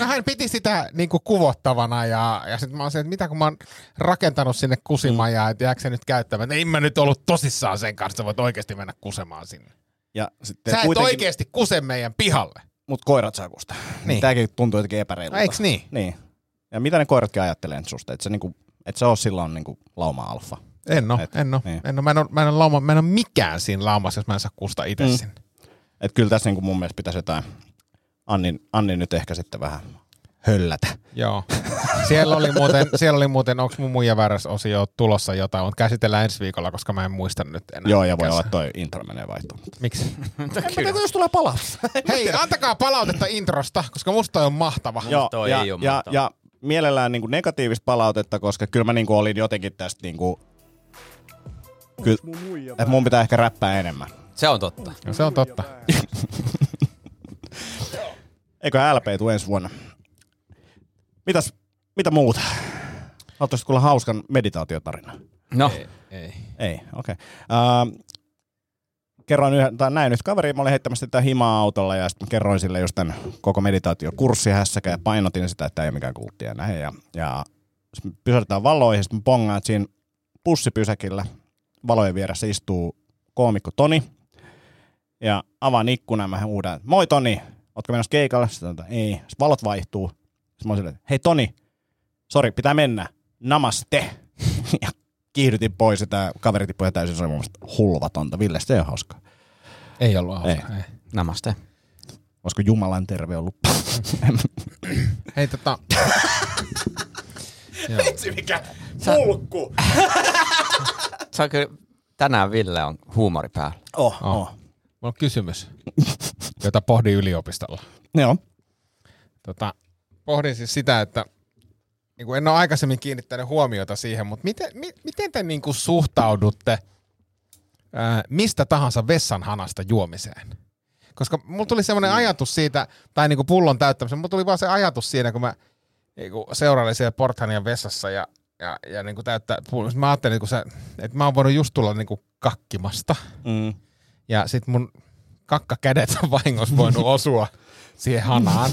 S4: No hän piti sitä niin kuin kuvottavana ja, ja sitten mä olisin, että mitä kun mä oon rakentanut sinne
S6: Mm.
S4: kusimajaa, että jääkö se nyt käyttämään. En mä nyt ollut tosissaan sen kanssa, sä voit oikeasti mennä kusemaan sinne.
S6: Ja sitten
S4: Sä et oikeasti kuse meidän pihalle.
S6: mut koirat saa kusta. Niin.
S4: Niin.
S6: Tämäkin tuntuu jotenkin epäreilulta.
S4: No, eiks niin?
S6: Niin. Ja mitä ne koiratkin ajattelee nyt susta? Et sä, niinku, et sä oo silloin niinku lauma-alfa.
S4: En oo,
S6: Et-
S4: en oo.
S6: niin.
S4: Niin. En oo. Mä, en oo, mä, en oo lauma, mä en oo mikään siinä laumassa, jos mä en saa kusta itse
S6: Mm.
S4: mm. sinne.
S6: Et kyllä tässä niinku mun mielestä pitäisi jotain Annin, Annin nyt ehkä sitten vähän höllätä.
S4: Joo. Siellä oli muuten, siellä oli muuten onko mun muija väärässä osio tulossa jotain, mutta käsitellään ensi viikolla, koska mä en muista nyt enää.
S6: Joo, ja voi
S4: mikä
S6: olla
S4: se-
S6: että toi intro menee vaihtoon. [laughs]
S4: Miksi?
S6: Kyllä. jos tulee palautus.
S4: Hei, antakaa palautetta introsta, koska musta toi on mahtava.
S6: Joo,
S5: Toi
S6: ja,
S5: ei oo
S6: ja,
S5: mahtavaa.
S6: ja mielellään niinku negatiivista palautetta, koska kyllä mä niinku olin jotenkin tästä niinku... Kyllä,
S7: Mun muija
S6: että mun pitää ehkä
S4: No,
S6: räppää enemmän.
S5: Se on totta.
S4: Se on totta.
S6: Eikö LP tule ensi vuonna? Mitäs, mitä muuta? Haluaisitko kuulla hauskan meditaatiotarinan?
S5: No,
S4: Ei.
S6: Ei, okei. Okay. Uh, kerroin yhden, tai näin nyt kaveri, mä olin heittämässä tätä himaa autolla ja sitten kerroin sille just tämän koko meditaatiokurssi hässäkä ja painotin sitä, että tämä ei ole mikään kultti ja näin. Ja, ja sitten me pysäytetään valoihin, sitten pongaan siinä pussipysäkillä valojen vieressä istuu koomikko Toni ja avaan ikkunan, mä huudan, että moi Toni, ootko menossa keikalle? Sitten sanotaan, ei. Sitten valot vaihtuu. Sitten mä oon silleen, että hei Toni, sori, pitää mennä. Namaste. [laughs] Ja kiihdytin pois ja tämä kaveri tippui ihan täysin, se oli mun mielestä hulvatonta. Ville, se ei ole hauskaa.
S4: Ei ollut hauska. Ei.
S5: namaste.
S6: Olisiko Jumalan
S4: [laughs]
S6: terve ollut?
S4: Hei tota,
S6: Vitsi mikä mulkku!
S5: Se on kyllä, tänään Ville on huumori päällä.
S6: Oh, oh.
S4: mulla on kysymys, jota pohdin yliopistolla.
S6: Joo.
S4: Tota, pohdin siis sitä, että niin kuin en ole aikaisemmin kiinnittänyt huomiota siihen, mutta miten, mi, miten te niin kuin suhtaudutte ää, mistä tahansa vessanhanasta juomiseen? Koska mulla tuli semmoinen ajatus siitä, tai niin kuin pullon täyttämisen, mulla tuli vaan se ajatus siinä, kun mä niin kuin seurailin siellä Porthanian vessassa ja, ja, ja niin kuin täyttää, pullon. Sit mä ajattelin, kun sä, että mä oon voinut just tulla niin kuin kakkimasta.
S6: Mm.
S4: Ja sit mun kakkakädet on vahingossa voinut osua siihen hanaan.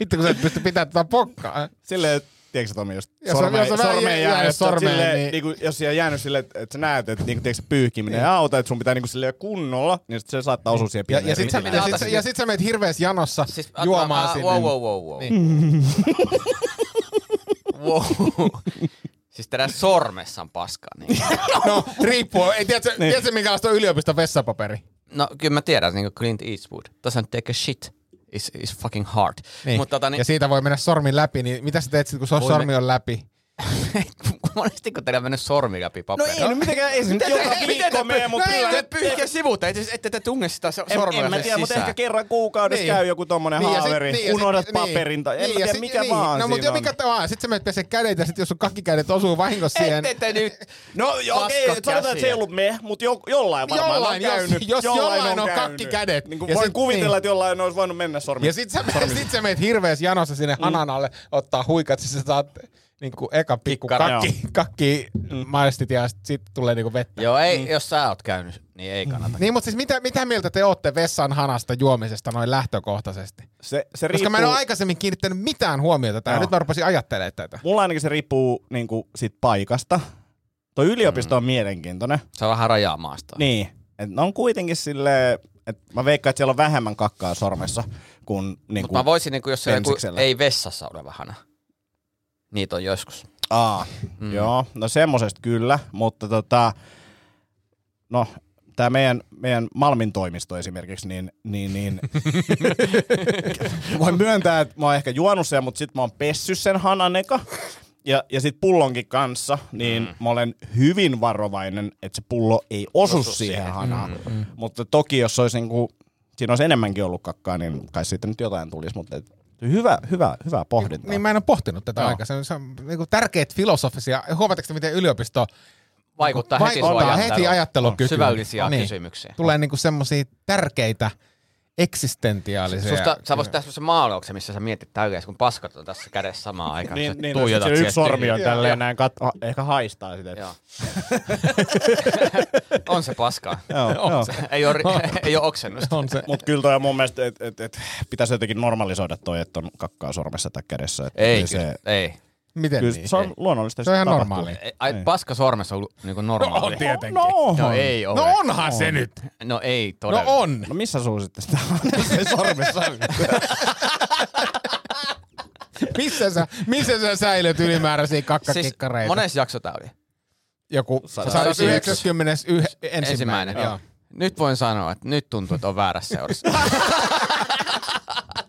S4: Vittu kun sä et pysty pitämään tätä pokkaa.
S6: Silleen, tiedätkö sä, Tomi, jos
S4: Jos on-
S6: sormeen,
S4: jos on vähän
S6: sormeen
S4: jä-
S6: jää,
S4: jäänyt
S6: jos, sormeen,
S4: sormeen,
S6: silleen, niin...
S4: niin-
S6: kuin, jos siellä jäänyt silleen, että, että sä näet, että niin kuin, tiedätkö, sä, pyyhkiminen ei auta, että sun pitää niin kuin, silleen kunnolla, niin sit se saattaa osua siihen
S4: Ja,
S6: pieneen
S4: ja sit, sä,
S6: rintaan.
S4: ja, sit, sä- ja sit sä meet hirveässä janossa siis, juomaan sinne.
S5: äh, Wow, wow, wow, wow.
S4: Niin.
S5: [laughs] wow. siis teidän sormessa on paskaa. Niin.
S4: No, riippuu. Ei, tiedätkö, niin. tiedätkö minkälaista on yliopiston vessapaperi?
S5: No kyllä mä tiedän, niin kuin Clint Eastwood. Doesn't take a shit. Is, is fucking hard.
S4: Niin.
S5: Mutta tota, niin,
S4: Ja
S5: [laughs]
S4: siitä voi mennä sormin läpi, niin mitä sä teet sit, kun se on
S5: Voi me-
S4: sormi on läpi?
S5: monesti kun teillä on mennyt sormi läpi
S6: No
S5: paperia.
S6: ei, no mitenkään, ei se nyt joka viikko mene, mutta kyllä
S5: te
S6: ne
S5: pyyhkiä sivut, ette, ette te tunge sitä so-
S6: En,
S5: sormella
S6: en mä
S5: sinne
S6: tiedä, mutta
S5: sisään.
S6: ehkä kerran kuukaudessa niin. käy joku tommonen niin,
S4: ja sit-
S6: haaveri,
S4: niin,
S6: niin,
S4: ja sit-
S6: unohdat
S4: niin.
S6: paperin tai en niin,
S4: Niin,
S6: mä
S4: ja
S6: tiedä
S4: sit-
S6: mikä
S4: niin.
S6: vaan
S4: No, mutta
S6: siinä
S4: jo
S6: on.
S4: mikä vaan. Sit sä menet pesee kädet ja sit jos sun kakkikädet osuu vahingossa siihen.
S5: Ette te nyt.
S6: [laughs] No joo, okei, okay,
S5: Paskat
S6: sanotaan, että se ei
S5: käsiä.
S6: ollut me, mutta jo, jollain varmaan
S4: Jollain,
S6: on
S4: jos-
S6: käynyt.
S4: jos jollain on
S6: käynyt.
S4: kakki kädet.
S6: Niin kuin
S4: Ja
S6: voin
S4: sit-
S6: kuvitella,
S4: niin.
S6: että jollain olisi voinut mennä sormi.
S4: Ja sit sä, [laughs] sit sä meet hirveässä janossa sinne
S6: Mm.
S4: hanan alle ottaa huikat, siis sä saat niinku eka pikku
S5: Kikkara.
S4: kakki, kakki maistit ja sit, sit tulee niinku vettä.
S5: Joo, ei,
S6: Mm.
S5: jos sä oot käynyt, niin ei kannata.
S4: Niin, mutta siis mitä, mitä mieltä te ootte vessan hanasta juomisesta noin lähtökohtaisesti? Riippuu.
S6: se, se riippuu,
S4: Koska mä en ole aikaisemmin kiinnittänyt mitään huomiota tähän.
S6: Joo.
S4: Nyt mä rupesin ajattelemaan tätä.
S6: Mulla ainakin se riippuu niin kuin, siitä paikasta. Tuo
S4: Mm.
S6: yliopisto on mielenkiintoinen.
S5: Se on vähän rajaa maasta.
S6: Niin. Et ne on kuitenkin sille, että mä veikkaan, että siellä on vähemmän kakkaa sormessa kuin... Niin
S5: Mutta mä voisin, niin kuin, jos se on joku,
S6: pensiksellä.
S5: ei vessassa ole vähänä. Niitä on joskus.
S6: Aa, mm. joo, no semmosesta kyllä, mutta tota, no tämä meidän, meidän Malmin toimisto esimerkiksi, niin, niin, [laughs] niin voin myöntää, että mä oon ehkä juonut sen, mutta sit mä oon pessy sen hananeka. Ja, ja sit pullonkin kanssa, niin mm. mä olen hyvin varovainen, että se pullo ei osu, osu siihen hanaan. Mm, mm. Mutta toki jos olisi niinku, siinä olisi enemmänkin ollut kakkaa, niin kai siitä nyt jotain tulisi, mutta et, hyvä, hyvä, hyvä pohdinta.
S4: Niin mä en ole pohtinut tätä
S6: Joo.
S4: aikaisemmin. Se on niinku tärkeät filosofisia. Huomaatteko te, miten yliopisto
S5: Vaikuttaa,
S4: vaikuttaa
S5: heti,
S4: heti ajattelukykyyn? Niin.
S5: Syvällisiä kysymyksiä.
S4: Tulee niinku semmosia tärkeitä eksistentiaalisia.
S5: Susta, sä voisit tehdä semmoisen maalauksen, missä sä mietit täydessä, kun paskat on tässä kädessä samaan aikaan.
S4: Niin,
S5: kun sä tuijotat
S6: Niin, se yksi
S4: siis
S5: siihen
S6: sormi on
S5: tyhjään.
S6: tälleen näin, kat- ha- ehkä haistaa sitä.
S5: Joo. [laughs] on se paskaa.
S6: Joo, joo.
S5: ei, ole, [laughs] ei ole oksennusta.
S4: on se.
S6: Mutta kyllä toi mun mielestä, että et, et, pitäisi jotenkin normalisoida toi, että on kakkaa sormessa tai kädessä. Et
S5: Ei,
S6: kyllä
S5: se,
S6: se,
S5: ei.
S4: Miten
S6: kyllä
S4: niin?
S6: se on luonnollista.
S4: Se on ihan
S6: tapahtuu.
S4: normaalia.
S5: Ei, Ai, paska sormessa on niinku normaali.
S4: Niin. on tietenkin.
S6: No,
S5: No
S6: no, ei.
S5: ei ole.
S4: No onhan se nyt.
S5: No ei
S4: No
S5: todella. [laughs]
S4: on.
S6: no missä suu sitten sitä on?
S4: [laughs]
S6: se sormessa on.
S4: Missä sä, missä sä säilyt ylimääräisiä
S5: Siis
S4: kakkakikkareita?
S5: mones jakso tää oli?
S4: Joku
S5: Sadat-
S4: 191. ensimmäinen.
S5: Ensimmäinen.
S4: Joo.
S5: Joo. Nyt voin sanoa, että nyt tuntuu, että on väärässä seurassa. [laughs]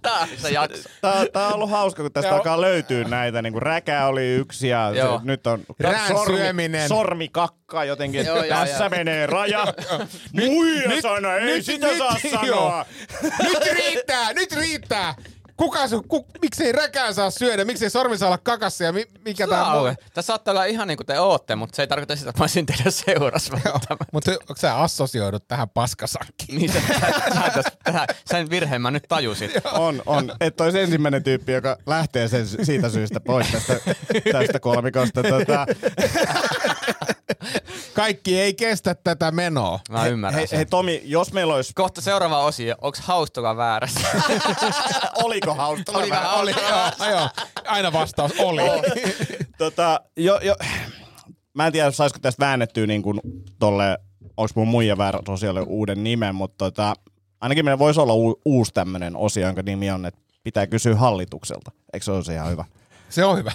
S5: Tää on se jakso.
S6: Tää, tää on ollut hauska, kun tästä
S4: Joo.
S6: alkaa löytyä näitä. Niin kuin räkä oli yksi ja se,
S5: Joo.
S6: nyt on
S4: Rään
S6: sormi,
S4: syöminen.
S6: sormikakka jotenkin.
S5: Joo, joo,
S6: Tässä
S5: joo.
S6: menee raja.
S4: [laughs]
S6: Muija
S4: nyt-
S6: sana, ei
S4: nyt-
S6: sitä
S4: nyt-
S6: saa
S4: [laughs] joo.
S6: sanoa.
S4: Nyt riittää, nyt riittää. kuka sun, ku, miksei räkää saa syödä, miksei sormi saa olla kakassa ja mi, mikä tää on?
S5: Saa Tämä saattaa olla ihan niin kuin te ootte, mutta se ei tarkoita sitä, että mä olisin teidän seurassa. välttämättä.
S4: Mutta sä assosioidut tähän paskasakkiin.
S5: niin se, sä, täs, tähän, sen virheen mä nyt tajusin.
S6: On, on. Että olisi ensimmäinen tyyppi, joka lähtee sen, siitä syystä pois tästä, tästä kolmikosta. Tota,
S4: Kaikki ei kestä tätä menoa.
S5: Mä ymmärrän
S6: hei,
S5: sen.
S6: hei Tomi, jos meillä olisi...
S5: Kohta seuraava osio. Onks haustuka väärässä?
S6: [laughs] Oliko hauska?
S5: Oli vähän
S4: Oli, joo, joo, aina vastaus oli.
S6: tota, jo, jo, mä en tiedä, saisiko tästä väännettyä niin kuin tolle, onko mun muija väärä tosiaan uuden nimen, mutta tota, ainakin meillä voisi olla u- uusi tämmöinen osio, jonka nimi on, että pitää kysyä hallitukselta. Eikö se ole se ihan hyvä?
S4: Se on hyvä.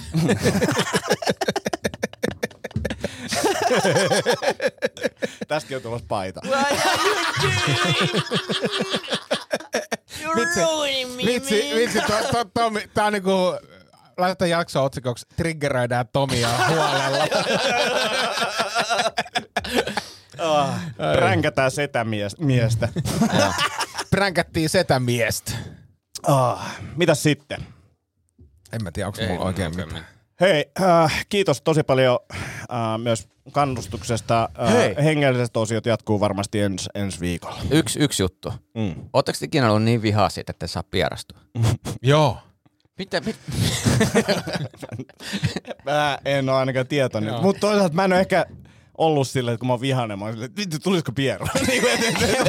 S6: Tästäkin on tulossa paita.
S4: Vitsi, vitsi to, to, Tomi, tää on niinku, laitetaan jaksoa otsikoksi, triggeröidään Tomia huolella.
S6: Pränkätään setä mies, miestä.
S4: Pränkättiin setä miestä.
S6: Ah, mitäs sitten?
S4: En mä tiedä, onko mulla oikein mitään.
S6: Hei, äh, kiitos tosi paljon äh, myös kannustuksesta. Äh, hengelliset osiot jatkuu varmasti ens, ensi viikolla.
S5: Yksi, yksi juttu.
S6: Mm.
S5: Ootteko te ikinä ollut niin vihaa siitä, että saa pierastua?
S4: Joo.
S5: Mitä? Mit?
S6: Mä en ole ainakaan tietoinen.
S4: Joo.
S6: Mutta toisaalta mä en ole ehkä ollut sillä, että kun mä oon vihainen, mä oon silleen, että vittu, tulisiko pieru? [laughs] Niin kuin, et- et- et- et-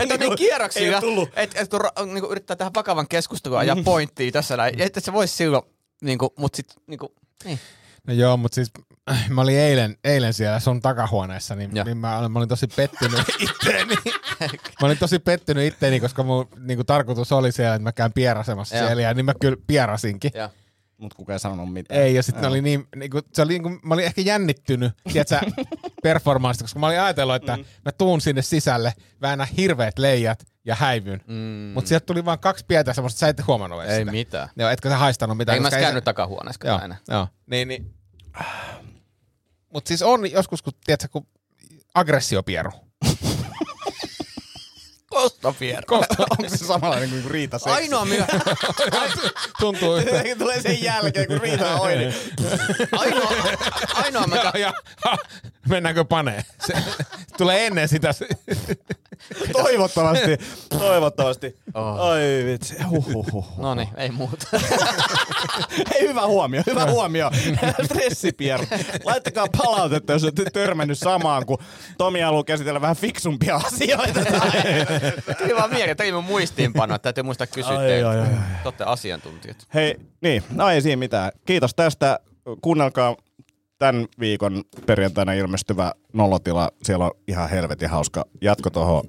S5: Että on niin
S6: Ei
S5: kierroksia,
S6: ole tullut. Mm.
S5: että et, kun ra- niinku yrittää tehdä vakavan keskustelun ajaa pointtia tässä näin, niin että se voisi silloin, niinku, mut sit niinku, niin.
S4: No joo, mutta siis [clears throat] äh, mä olin eilen, eilen siellä sun takahuoneessa, niin,
S5: Joo.
S4: niin mä, olin- mä olin tosi
S5: [laughs]
S4: pettynyt itteeni. [laughs] mä olin tosi pettynyt itteeni, koska mun niin kuin, tarkoitus oli siellä, että mä käyn pierasemassa
S5: Joo.
S4: siellä, ja niin mä kyllä pierasinkin.
S5: Ja.
S6: Mut kuka ei sanonut mitään.
S4: Ei, ja sitten oli niin, niin kuin, se oli niin kuin, mä olin ehkä jännittynyt, tiedätkö,
S5: [laughs]
S4: performanssista, koska mä olin ajatellut, että mm. mä tuun sinne sisälle, väännän hirveät leijat ja häivyn. Mm. Mutta sieltä tuli vain kaksi pientä semmoista, sä et huomannut edes
S5: Ei
S4: sitä.
S5: mitään.
S4: Joo, etkö sä haistanut mitään?
S5: Ei mä
S4: koska
S5: edes
S4: se-
S5: käynyt takahuoneessa kyllä
S4: Joo,
S5: aina.
S4: joo. Niin, niin. Mutta siis on joskus, kun, tiedätkö, kun aggressiopieru.
S5: Kostopiero.
S6: Onko se samanlainen kuin niinku Riita seksi?
S5: Ainoa, mikä,
S4: Tuntuu [laughs] yhtä.
S6: Se tulee sen jälkeen, kun
S5: [laughs]
S6: Riita on oini.
S5: ainoa, ainoa, mikä,
S4: Ja, ja, ha, [laughs] mennäänkö paneen? Se, tulee ennen sitä. se- [laughs]
S6: Toivottavasti. Toivottavasti. Ai vitsi. Huhhuh. [laughs]
S5: No niin, ei muuta.
S6: Hei, hyvä huomio, hyvä
S4: [laughs]
S6: huomio. Stressipierro. Laittakaa palautetta, jos olette törmännyt samaan, kun Tomi haluaa käsitellä vähän fiksumpia asioita.
S4: [laughs]
S5: Tuli vaan mieleen, teimme muistiinpanoa, että täytyy muistaa kysyä
S6: Ai, ai, ai,
S5: teiltä.
S6: ai.
S5: Te olette asiantuntijat.
S6: Hei, niin, no ei siinä mitään. Kiitos tästä. Kuunnelkaa tämän viikon perjantaina ilmestyvä nolotila. Siellä on ihan helvetin hauska jatko tuohon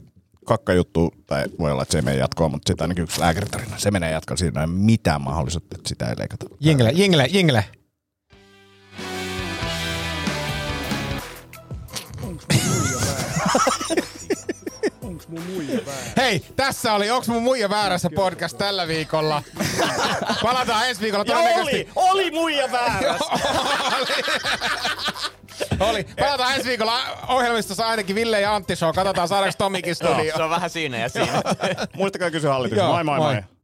S6: kakkajuttu, tai voi olla, että se ei mene jatkoon, mutta sitten ainakin yksi lääkäritarina. Se menee jatkoon, siinä ei ole mitään mahdollisuutta, että sitä ei leikata.
S4: Jingle, jingle, jingle.
S7: Onks mun muija väärä?
S4: Hei, tässä oli Onks mun muija väärässä podcast tällä viikolla. [laughs] Palataan ensi viikolla todennäköisesti.
S6: oli muija väärä.
S4: Oli. Palataan ensi viikolla ohjelmistossa ainakin Ville ja Antti Show. Katsotaan saadaanko Tomikin
S5: Joo,
S4: studioon.
S5: se on vähän siinä ja siinä.
S6: Muistakaa kysyä hallitus.
S4: Joo,
S6: Moi moi moi.
S4: moi.
S6: moi.